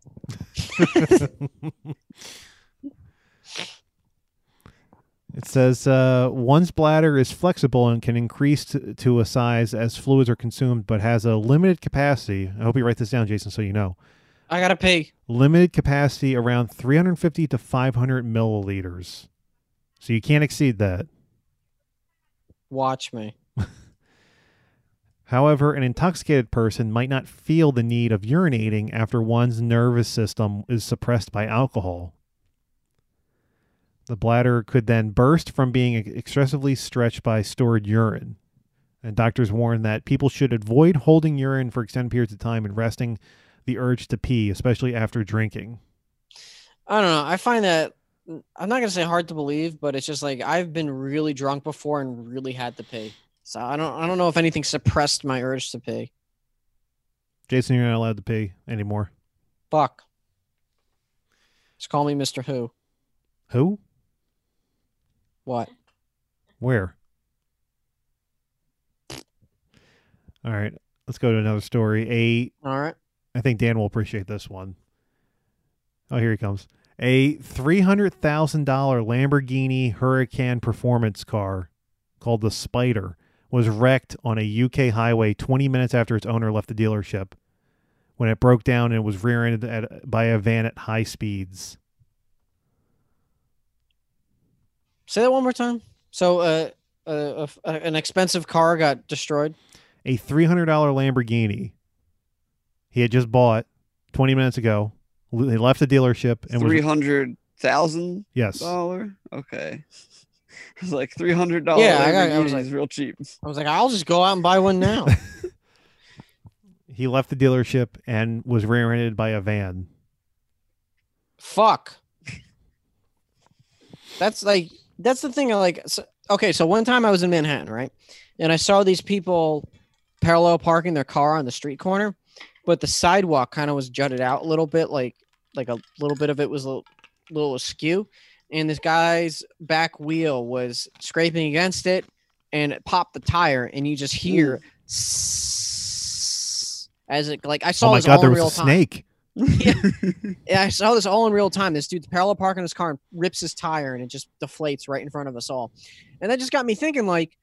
Speaker 4: It says uh, one's bladder is flexible and can increase to, to a size as fluids are consumed, but has a limited capacity. I hope you write this down, Jason, so you know.
Speaker 3: I gotta pee.
Speaker 4: Limited capacity around 350 to 500 milliliters. So you can't exceed that.
Speaker 3: Watch me.
Speaker 4: However, an intoxicated person might not feel the need of urinating after one's nervous system is suppressed by alcohol. The bladder could then burst from being ex- excessively stretched by stored urine. And doctors warn that people should avoid holding urine for extended periods of time and resting the urge to pee, especially after drinking.
Speaker 3: I don't know. I find that I'm not gonna say hard to believe, but it's just like I've been really drunk before and really had to pee. So I don't I don't know if anything suppressed my urge to pee.
Speaker 4: Jason, you're not allowed to pee anymore.
Speaker 3: Fuck. Just call me Mr. Who.
Speaker 4: Who?
Speaker 3: What?
Speaker 4: Where? All right, let's go to another story. A
Speaker 3: All right.
Speaker 4: I think Dan will appreciate this one. Oh, here he comes. A $300,000 Lamborghini Huracan performance car called the Spider was wrecked on a UK highway 20 minutes after its owner left the dealership when it broke down and was rear ended at, by a van at high speeds.
Speaker 3: Say that one more time. So uh, uh, a f- uh, an expensive car got destroyed.
Speaker 4: A $300 Lamborghini he had just bought 20 minutes ago. He left the dealership and
Speaker 5: Three
Speaker 4: was.
Speaker 5: hundred thousand
Speaker 4: Yes.
Speaker 5: dollar. Okay. It was like three hundred dollars.
Speaker 3: Yeah, I got- I was
Speaker 5: real cheap.
Speaker 3: I was like, I'll just go out and buy one now.
Speaker 4: He left the dealership and was rear-ended by a van.
Speaker 3: Fuck. That's like that's the thing. I like. So, okay, so one time I was in Manhattan, right, and I saw these people parallel parking their car on the street corner, but the sidewalk kind of was jutted out a little bit, like like a little bit of it was a little, little askew, and this guy's back wheel was scraping against it, and it popped the tire, and you just hear. As it like I saw
Speaker 4: oh my
Speaker 3: this
Speaker 4: god,
Speaker 3: all
Speaker 4: there
Speaker 3: in
Speaker 4: was
Speaker 3: real
Speaker 4: a
Speaker 3: time.
Speaker 4: snake.
Speaker 3: Yeah, I saw this all in real time. This dude's parallel parking his car and rips his tire, and it just deflates right in front of us all. And that just got me thinking, like,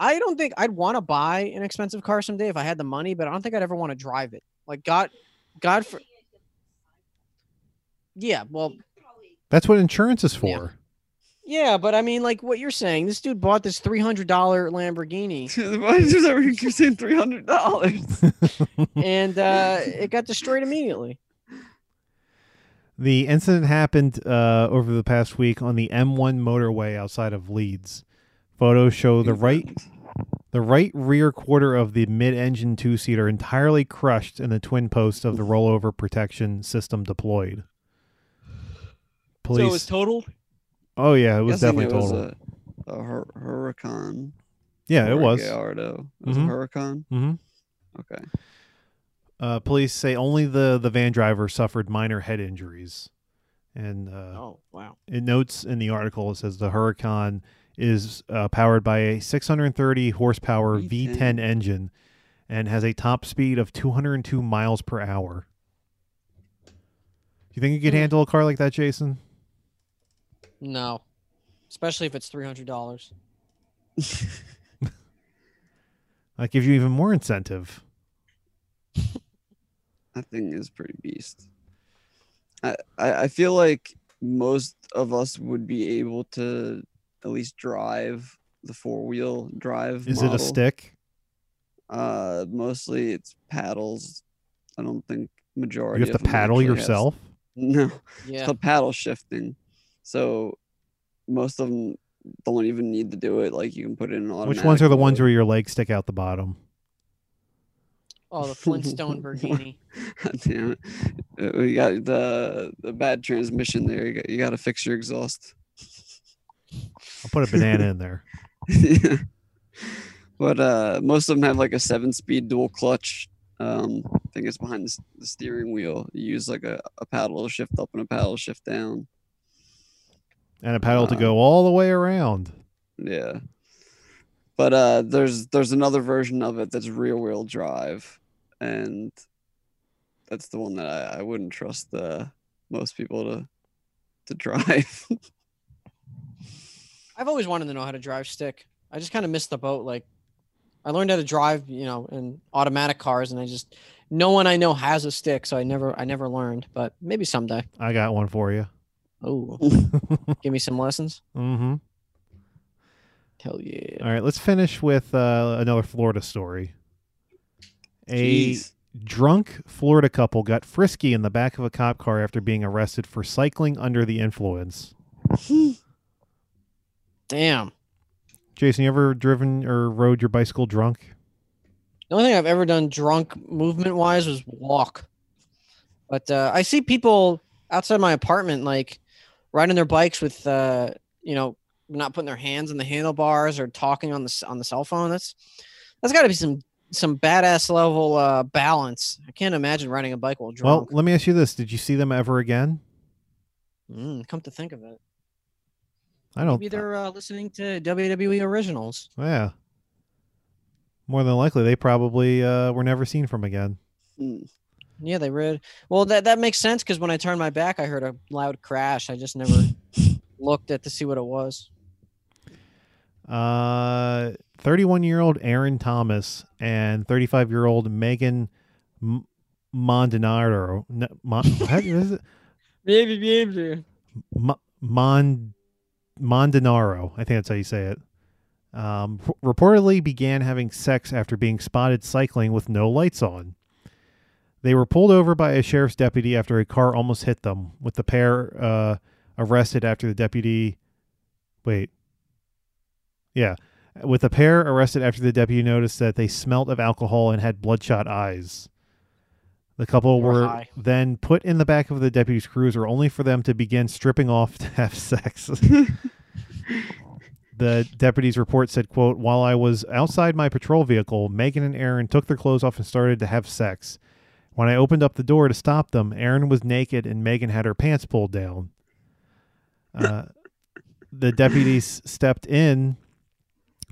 Speaker 3: I don't think I'd want to buy an expensive car someday if I had the money, but I don't think I'd ever want to drive it. Like, God, God for. Yeah, well,
Speaker 4: That's what insurance is for.
Speaker 3: Yeah. yeah, but I mean, like what you're saying, this dude bought this three hundred dollar Lamborghini,
Speaker 5: Why did you ever keep saying three hundred dollars?
Speaker 3: and uh, it got destroyed immediately.
Speaker 4: The incident happened uh, over the past week on the M1 motorway outside of Leeds. Photos show the right the right rear quarter of the mid-engine two-seater entirely crushed in the twin post of the rollover protection system deployed. Police.
Speaker 3: totaled.
Speaker 4: oh yeah, it was
Speaker 5: Guessing
Speaker 4: definitely
Speaker 5: it was
Speaker 4: total.
Speaker 5: A, a hur- hurricane.
Speaker 4: yeah, it was.
Speaker 5: Gallardo. It was
Speaker 4: Mhm.
Speaker 5: a hurricane.
Speaker 4: hmm
Speaker 5: Okay.
Speaker 4: Uh, police say only the the van driver suffered minor head injuries, and uh,
Speaker 3: Oh wow.
Speaker 4: it notes in the article it says the Huracan is uh, powered by a 630 horsepower
Speaker 5: V10.
Speaker 4: V10 engine and has a top speed of 202 miles per hour. You think you could
Speaker 3: Hmm.
Speaker 4: handle a car like that, Jason?
Speaker 3: No, especially if it's three hundred dollars.
Speaker 4: That gives you even more incentive.
Speaker 5: That thing is pretty beast. I, I I feel like most of us would be able to at least drive the four wheel drive.
Speaker 4: Is it a
Speaker 5: model.
Speaker 4: stick?
Speaker 5: Uh, mostly it's paddles. I don't think majority.
Speaker 4: You have
Speaker 5: of
Speaker 4: to
Speaker 5: them
Speaker 4: paddle
Speaker 5: actually have
Speaker 4: yourself?
Speaker 5: No, it's
Speaker 3: Yeah.
Speaker 5: called paddle shifting. So most of them don't even need to do it. Like you can put it in automatic.
Speaker 4: Which ones are the ones
Speaker 5: mode.
Speaker 4: where your legs stick out the bottom?
Speaker 3: Oh, the Flintstone Burgini.
Speaker 5: God damn it! Uh, We got the the bad transmission there. You got, you got to fix your exhaust.
Speaker 4: I'll put a banana in there.
Speaker 5: Yeah. But uh, most of them have like a seven-speed dual clutch. Um, I think it's behind the, s- the steering wheel. You use like a, a paddle to shift up and a paddle to shift down.
Speaker 4: And a paddle to
Speaker 5: Uh,
Speaker 4: go all the way around.
Speaker 5: Yeah. But uh, there's there's another version of it that's rear wheel drive, and that's the one that I, I wouldn't trust uh, most people to to drive.
Speaker 3: I've always wanted to know how to drive stick. I just kind of missed the boat. Like, I learned how to drive, you know, in automatic cars, and I just no one I know has a stick, so I never, I never learned. But maybe someday.
Speaker 4: I got one for you.
Speaker 3: Oh, give me some lessons.
Speaker 4: Mm-hmm.
Speaker 3: Hell yeah.
Speaker 4: All right, let's finish with uh, another Florida story. A
Speaker 5: Jeez.
Speaker 4: drunk Florida couple got frisky in the back of a cop car after being arrested for cycling under the influence.
Speaker 3: Damn.
Speaker 4: Jason, you ever driven or rode your bicycle drunk?
Speaker 3: The only thing I've ever done drunk movement wise was walk. But uh, I see people outside my apartment like riding their bikes with uh, you know not putting their hands on the handlebars or talking on the s- on the cell phone. That's that's got to be some some badass level uh, balance. I can't imagine riding a bike while
Speaker 4: Well,
Speaker 3: drunk.
Speaker 4: let me ask you this: Did you see them ever again?
Speaker 3: mm, come to think of it,
Speaker 4: I don't.
Speaker 3: maybe they're uh, listening to WWE originals.
Speaker 4: yeah. More than likely, they probably uh, were never seen from again.
Speaker 5: Mm.
Speaker 3: Yeah, they read. Well, that that makes sense because when I turned my back, I heard a loud crash. I just never looked at to see what it was.
Speaker 4: Uh, 31 year old Aaron Thomas and 35 year old Megan M- Mondanaro. N- Mon- what is it?
Speaker 3: Baby, baby.
Speaker 4: Mo- Mon- Mondanaro. I think that's how you say it. Um, f- reportedly began having sex after being spotted cycling with no lights on. They were pulled over by a sheriff's deputy after a car almost hit them, with the pair uh, arrested after the deputy. Wait, Yeah. With a pair arrested after the deputy noticed that they smelt of alcohol and had bloodshot eyes. The couple
Speaker 3: They were
Speaker 4: were,
Speaker 3: high.
Speaker 4: then put in the back of the deputy's cruiser only for them to begin stripping off to have sex. the deputy's report said, quote, While I was outside my patrol vehicle, Megan and Aaron took their clothes off and started to have sex. When I opened up the door to stop them, Aaron was naked and Megan had her pants pulled down. Uh, the deputies stepped in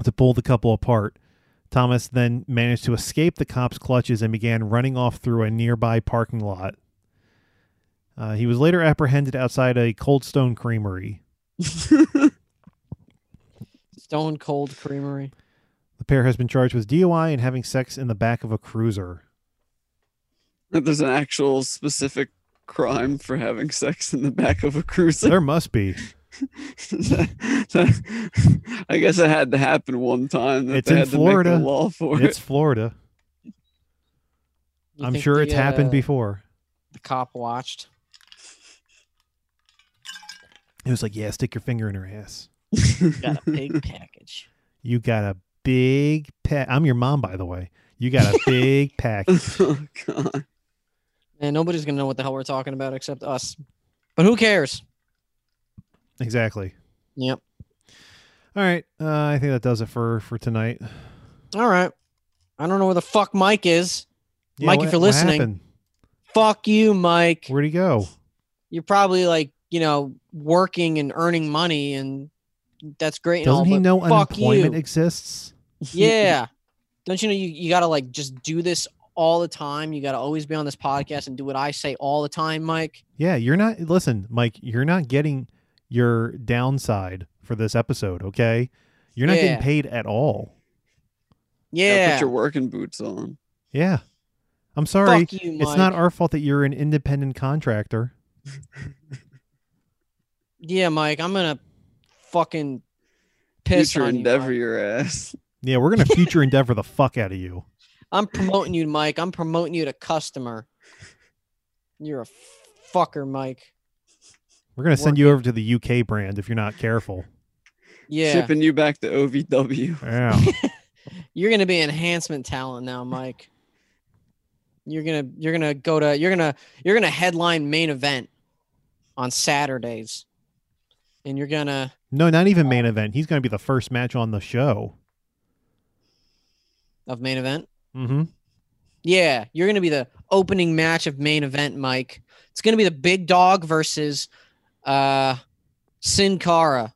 Speaker 4: to pull the couple apart. Thomas then managed to escape the cops' clutches and began running off through a nearby parking lot. Uh, he was later apprehended outside a Cold Stone Creamery.
Speaker 3: Stone Cold Creamery.
Speaker 4: The pair has been charged with DUI and having sex in the back of a cruiser.
Speaker 5: That there's an actual specific crime for having sex in the back of a cruiser.
Speaker 4: There must be.
Speaker 5: I guess it had to happen one time. That
Speaker 4: It's
Speaker 5: they
Speaker 4: in
Speaker 5: had to
Speaker 4: Florida.
Speaker 5: Make the law for
Speaker 4: It's
Speaker 5: it.
Speaker 4: Florida.
Speaker 3: You
Speaker 4: I'm
Speaker 3: think
Speaker 4: sure
Speaker 3: the,
Speaker 4: it's happened
Speaker 3: uh,
Speaker 4: before.
Speaker 3: The cop watched.
Speaker 4: It was like, yeah, stick your finger in her ass.
Speaker 3: Got a big package.
Speaker 4: You got a big pack. I'm your mom, by the way. You got a big pack.
Speaker 5: oh god.
Speaker 3: And nobody's gonna know what the hell we're talking about except us. But who cares?
Speaker 4: Exactly.
Speaker 3: Yep.
Speaker 4: All right. Uh, I think that does it for for tonight.
Speaker 3: All right. I don't know where the fuck Mike is.
Speaker 4: Yeah,
Speaker 3: Mike,
Speaker 4: what-
Speaker 3: if you're
Speaker 4: what
Speaker 3: listening,
Speaker 4: happened?
Speaker 3: Fuck you, Mike.
Speaker 4: where'd he go?
Speaker 3: You're probably like, you know, working and earning money, and that's great. and all,
Speaker 4: Doesn't he
Speaker 3: but
Speaker 4: know
Speaker 3: fuck
Speaker 4: unemployment
Speaker 3: you.
Speaker 4: exists?
Speaker 3: yeah. Don't you know you, you gotta like just do this all the time? You gotta always be on this podcast and do what I say all the time, Mike.
Speaker 4: Yeah, you're not. Listen, Mike, you're not getting your downside for this episode. Okay, you're not
Speaker 3: Yeah.
Speaker 4: getting paid at all.
Speaker 5: Gotta
Speaker 3: Yeah.
Speaker 5: Put your working boots on.
Speaker 4: Yeah, I'm sorry.
Speaker 3: Fuck you, Mike.
Speaker 4: It's not our fault that you're an independent contractor.
Speaker 3: yeah, Mike. I'm gonna fucking piss
Speaker 5: Future
Speaker 3: on you,
Speaker 5: endeavor
Speaker 3: Mike.
Speaker 5: your ass.
Speaker 4: Yeah, we're gonna future endeavor the fuck out of you.
Speaker 3: I'm promoting you, Mike. I'm promoting you to customer. You're a fucker, Mike.
Speaker 4: We're gonna send
Speaker 3: Work
Speaker 4: you over to the UK brand if you're not careful.
Speaker 3: Yeah.
Speaker 5: Shipping you back to OVW.
Speaker 4: Yeah,
Speaker 3: You're gonna be enhancement talent now, Mike. You're gonna you're gonna go to you're gonna you're gonna headline main event on Saturdays. And you're gonna
Speaker 4: no, not even main event. He's gonna be the first match on the show.
Speaker 3: of main event?
Speaker 4: Mm-hmm.
Speaker 3: Yeah, you're gonna be the opening match of main event, Mike. It's gonna be the big dog versus uh Sin Cara.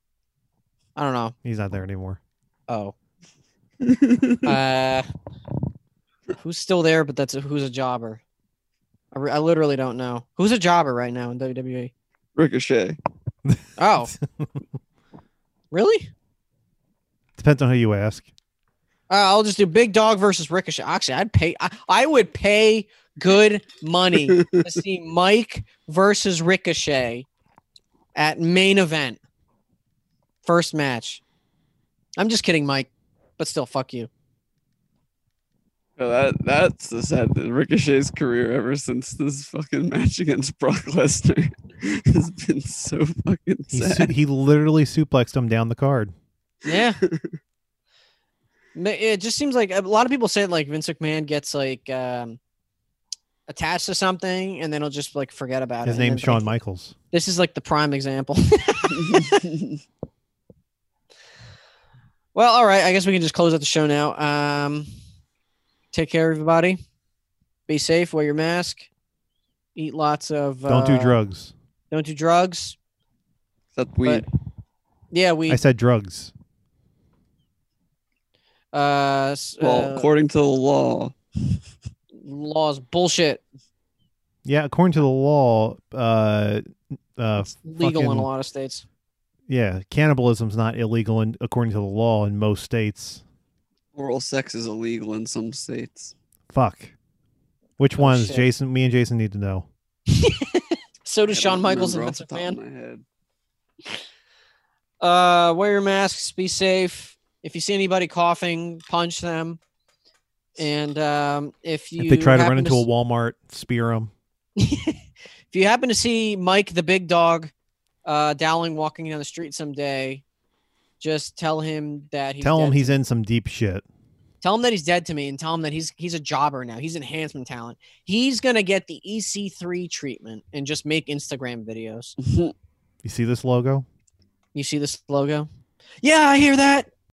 Speaker 3: I don't know.
Speaker 4: He's not there anymore.
Speaker 3: Oh. uh, who's still there? But that's a, who's a jobber. I, re- I literally don't know who's a jobber right now in WWE.
Speaker 5: Ricochet.
Speaker 3: Oh, really?
Speaker 4: Depends on who you ask.
Speaker 3: Uh, I'll just do Big Dog versus Ricochet. Actually, I'd pay. I, I would pay good money to see Mike versus Ricochet at main event, first match. I'm just kidding, Mike, but still, fuck you.
Speaker 5: Oh, that that's the sad thing. Ricochet's career ever since this fucking match against Brock Lesnar has been so fucking
Speaker 4: He
Speaker 5: sad.
Speaker 4: su- he literally suplexed him down the card.
Speaker 3: Yeah. Ma- it just seems like a lot of people say like Vince McMahon gets like um, attached to something and then he'll just like forget about
Speaker 4: His
Speaker 3: it. and
Speaker 4: name's
Speaker 3: then, like,
Speaker 4: Shawn Michaels.
Speaker 3: this is like the prime example. well, all right. I guess we can just close out the show now. Um, take care, everybody. Be safe. Wear your mask. Eat lots of.
Speaker 4: Don't do
Speaker 3: uh,
Speaker 4: drugs.
Speaker 3: Don't do drugs.
Speaker 5: That weed.
Speaker 3: Yeah, we.
Speaker 4: I said drugs.
Speaker 3: uh, s-
Speaker 5: well,
Speaker 3: uh,
Speaker 5: according to the law,
Speaker 3: laws bullshit.
Speaker 4: Yeah, according to the law, uh, uh,
Speaker 3: It's legal in
Speaker 4: fucking-
Speaker 3: a lot of states.
Speaker 4: yeah, cannibalism's not illegal, in, according to the law, in most states.
Speaker 5: oral sex is illegal in some states.
Speaker 4: Fuck. Which
Speaker 3: Oh,
Speaker 4: ones,
Speaker 3: shit.
Speaker 4: Jason? Me and Jason need to know.
Speaker 3: So
Speaker 5: I
Speaker 3: does
Speaker 5: don't
Speaker 3: Shawn Michaels and
Speaker 5: remember
Speaker 3: Vince
Speaker 5: off the top of
Speaker 3: McMahon.
Speaker 5: my head.
Speaker 3: Uh, wear your masks. Be safe. If you see anybody coughing, punch them. And um, if you
Speaker 4: If they try to run
Speaker 3: happen
Speaker 4: into a Walmart, spear them.
Speaker 3: if you happen to see Mike the Big Dog uh, Dowling walking down the street someday, just tell him that he's
Speaker 4: Tell
Speaker 3: dead
Speaker 4: him
Speaker 3: to
Speaker 4: he's in some deep shit.
Speaker 3: Tell him that he's dead to me and tell him that he's he's a jobber now. He's enhancement talent. He's gonna get the EC3 treatment and just make Instagram videos.
Speaker 4: You see this logo?
Speaker 3: You see this logo? Yeah, I hear that.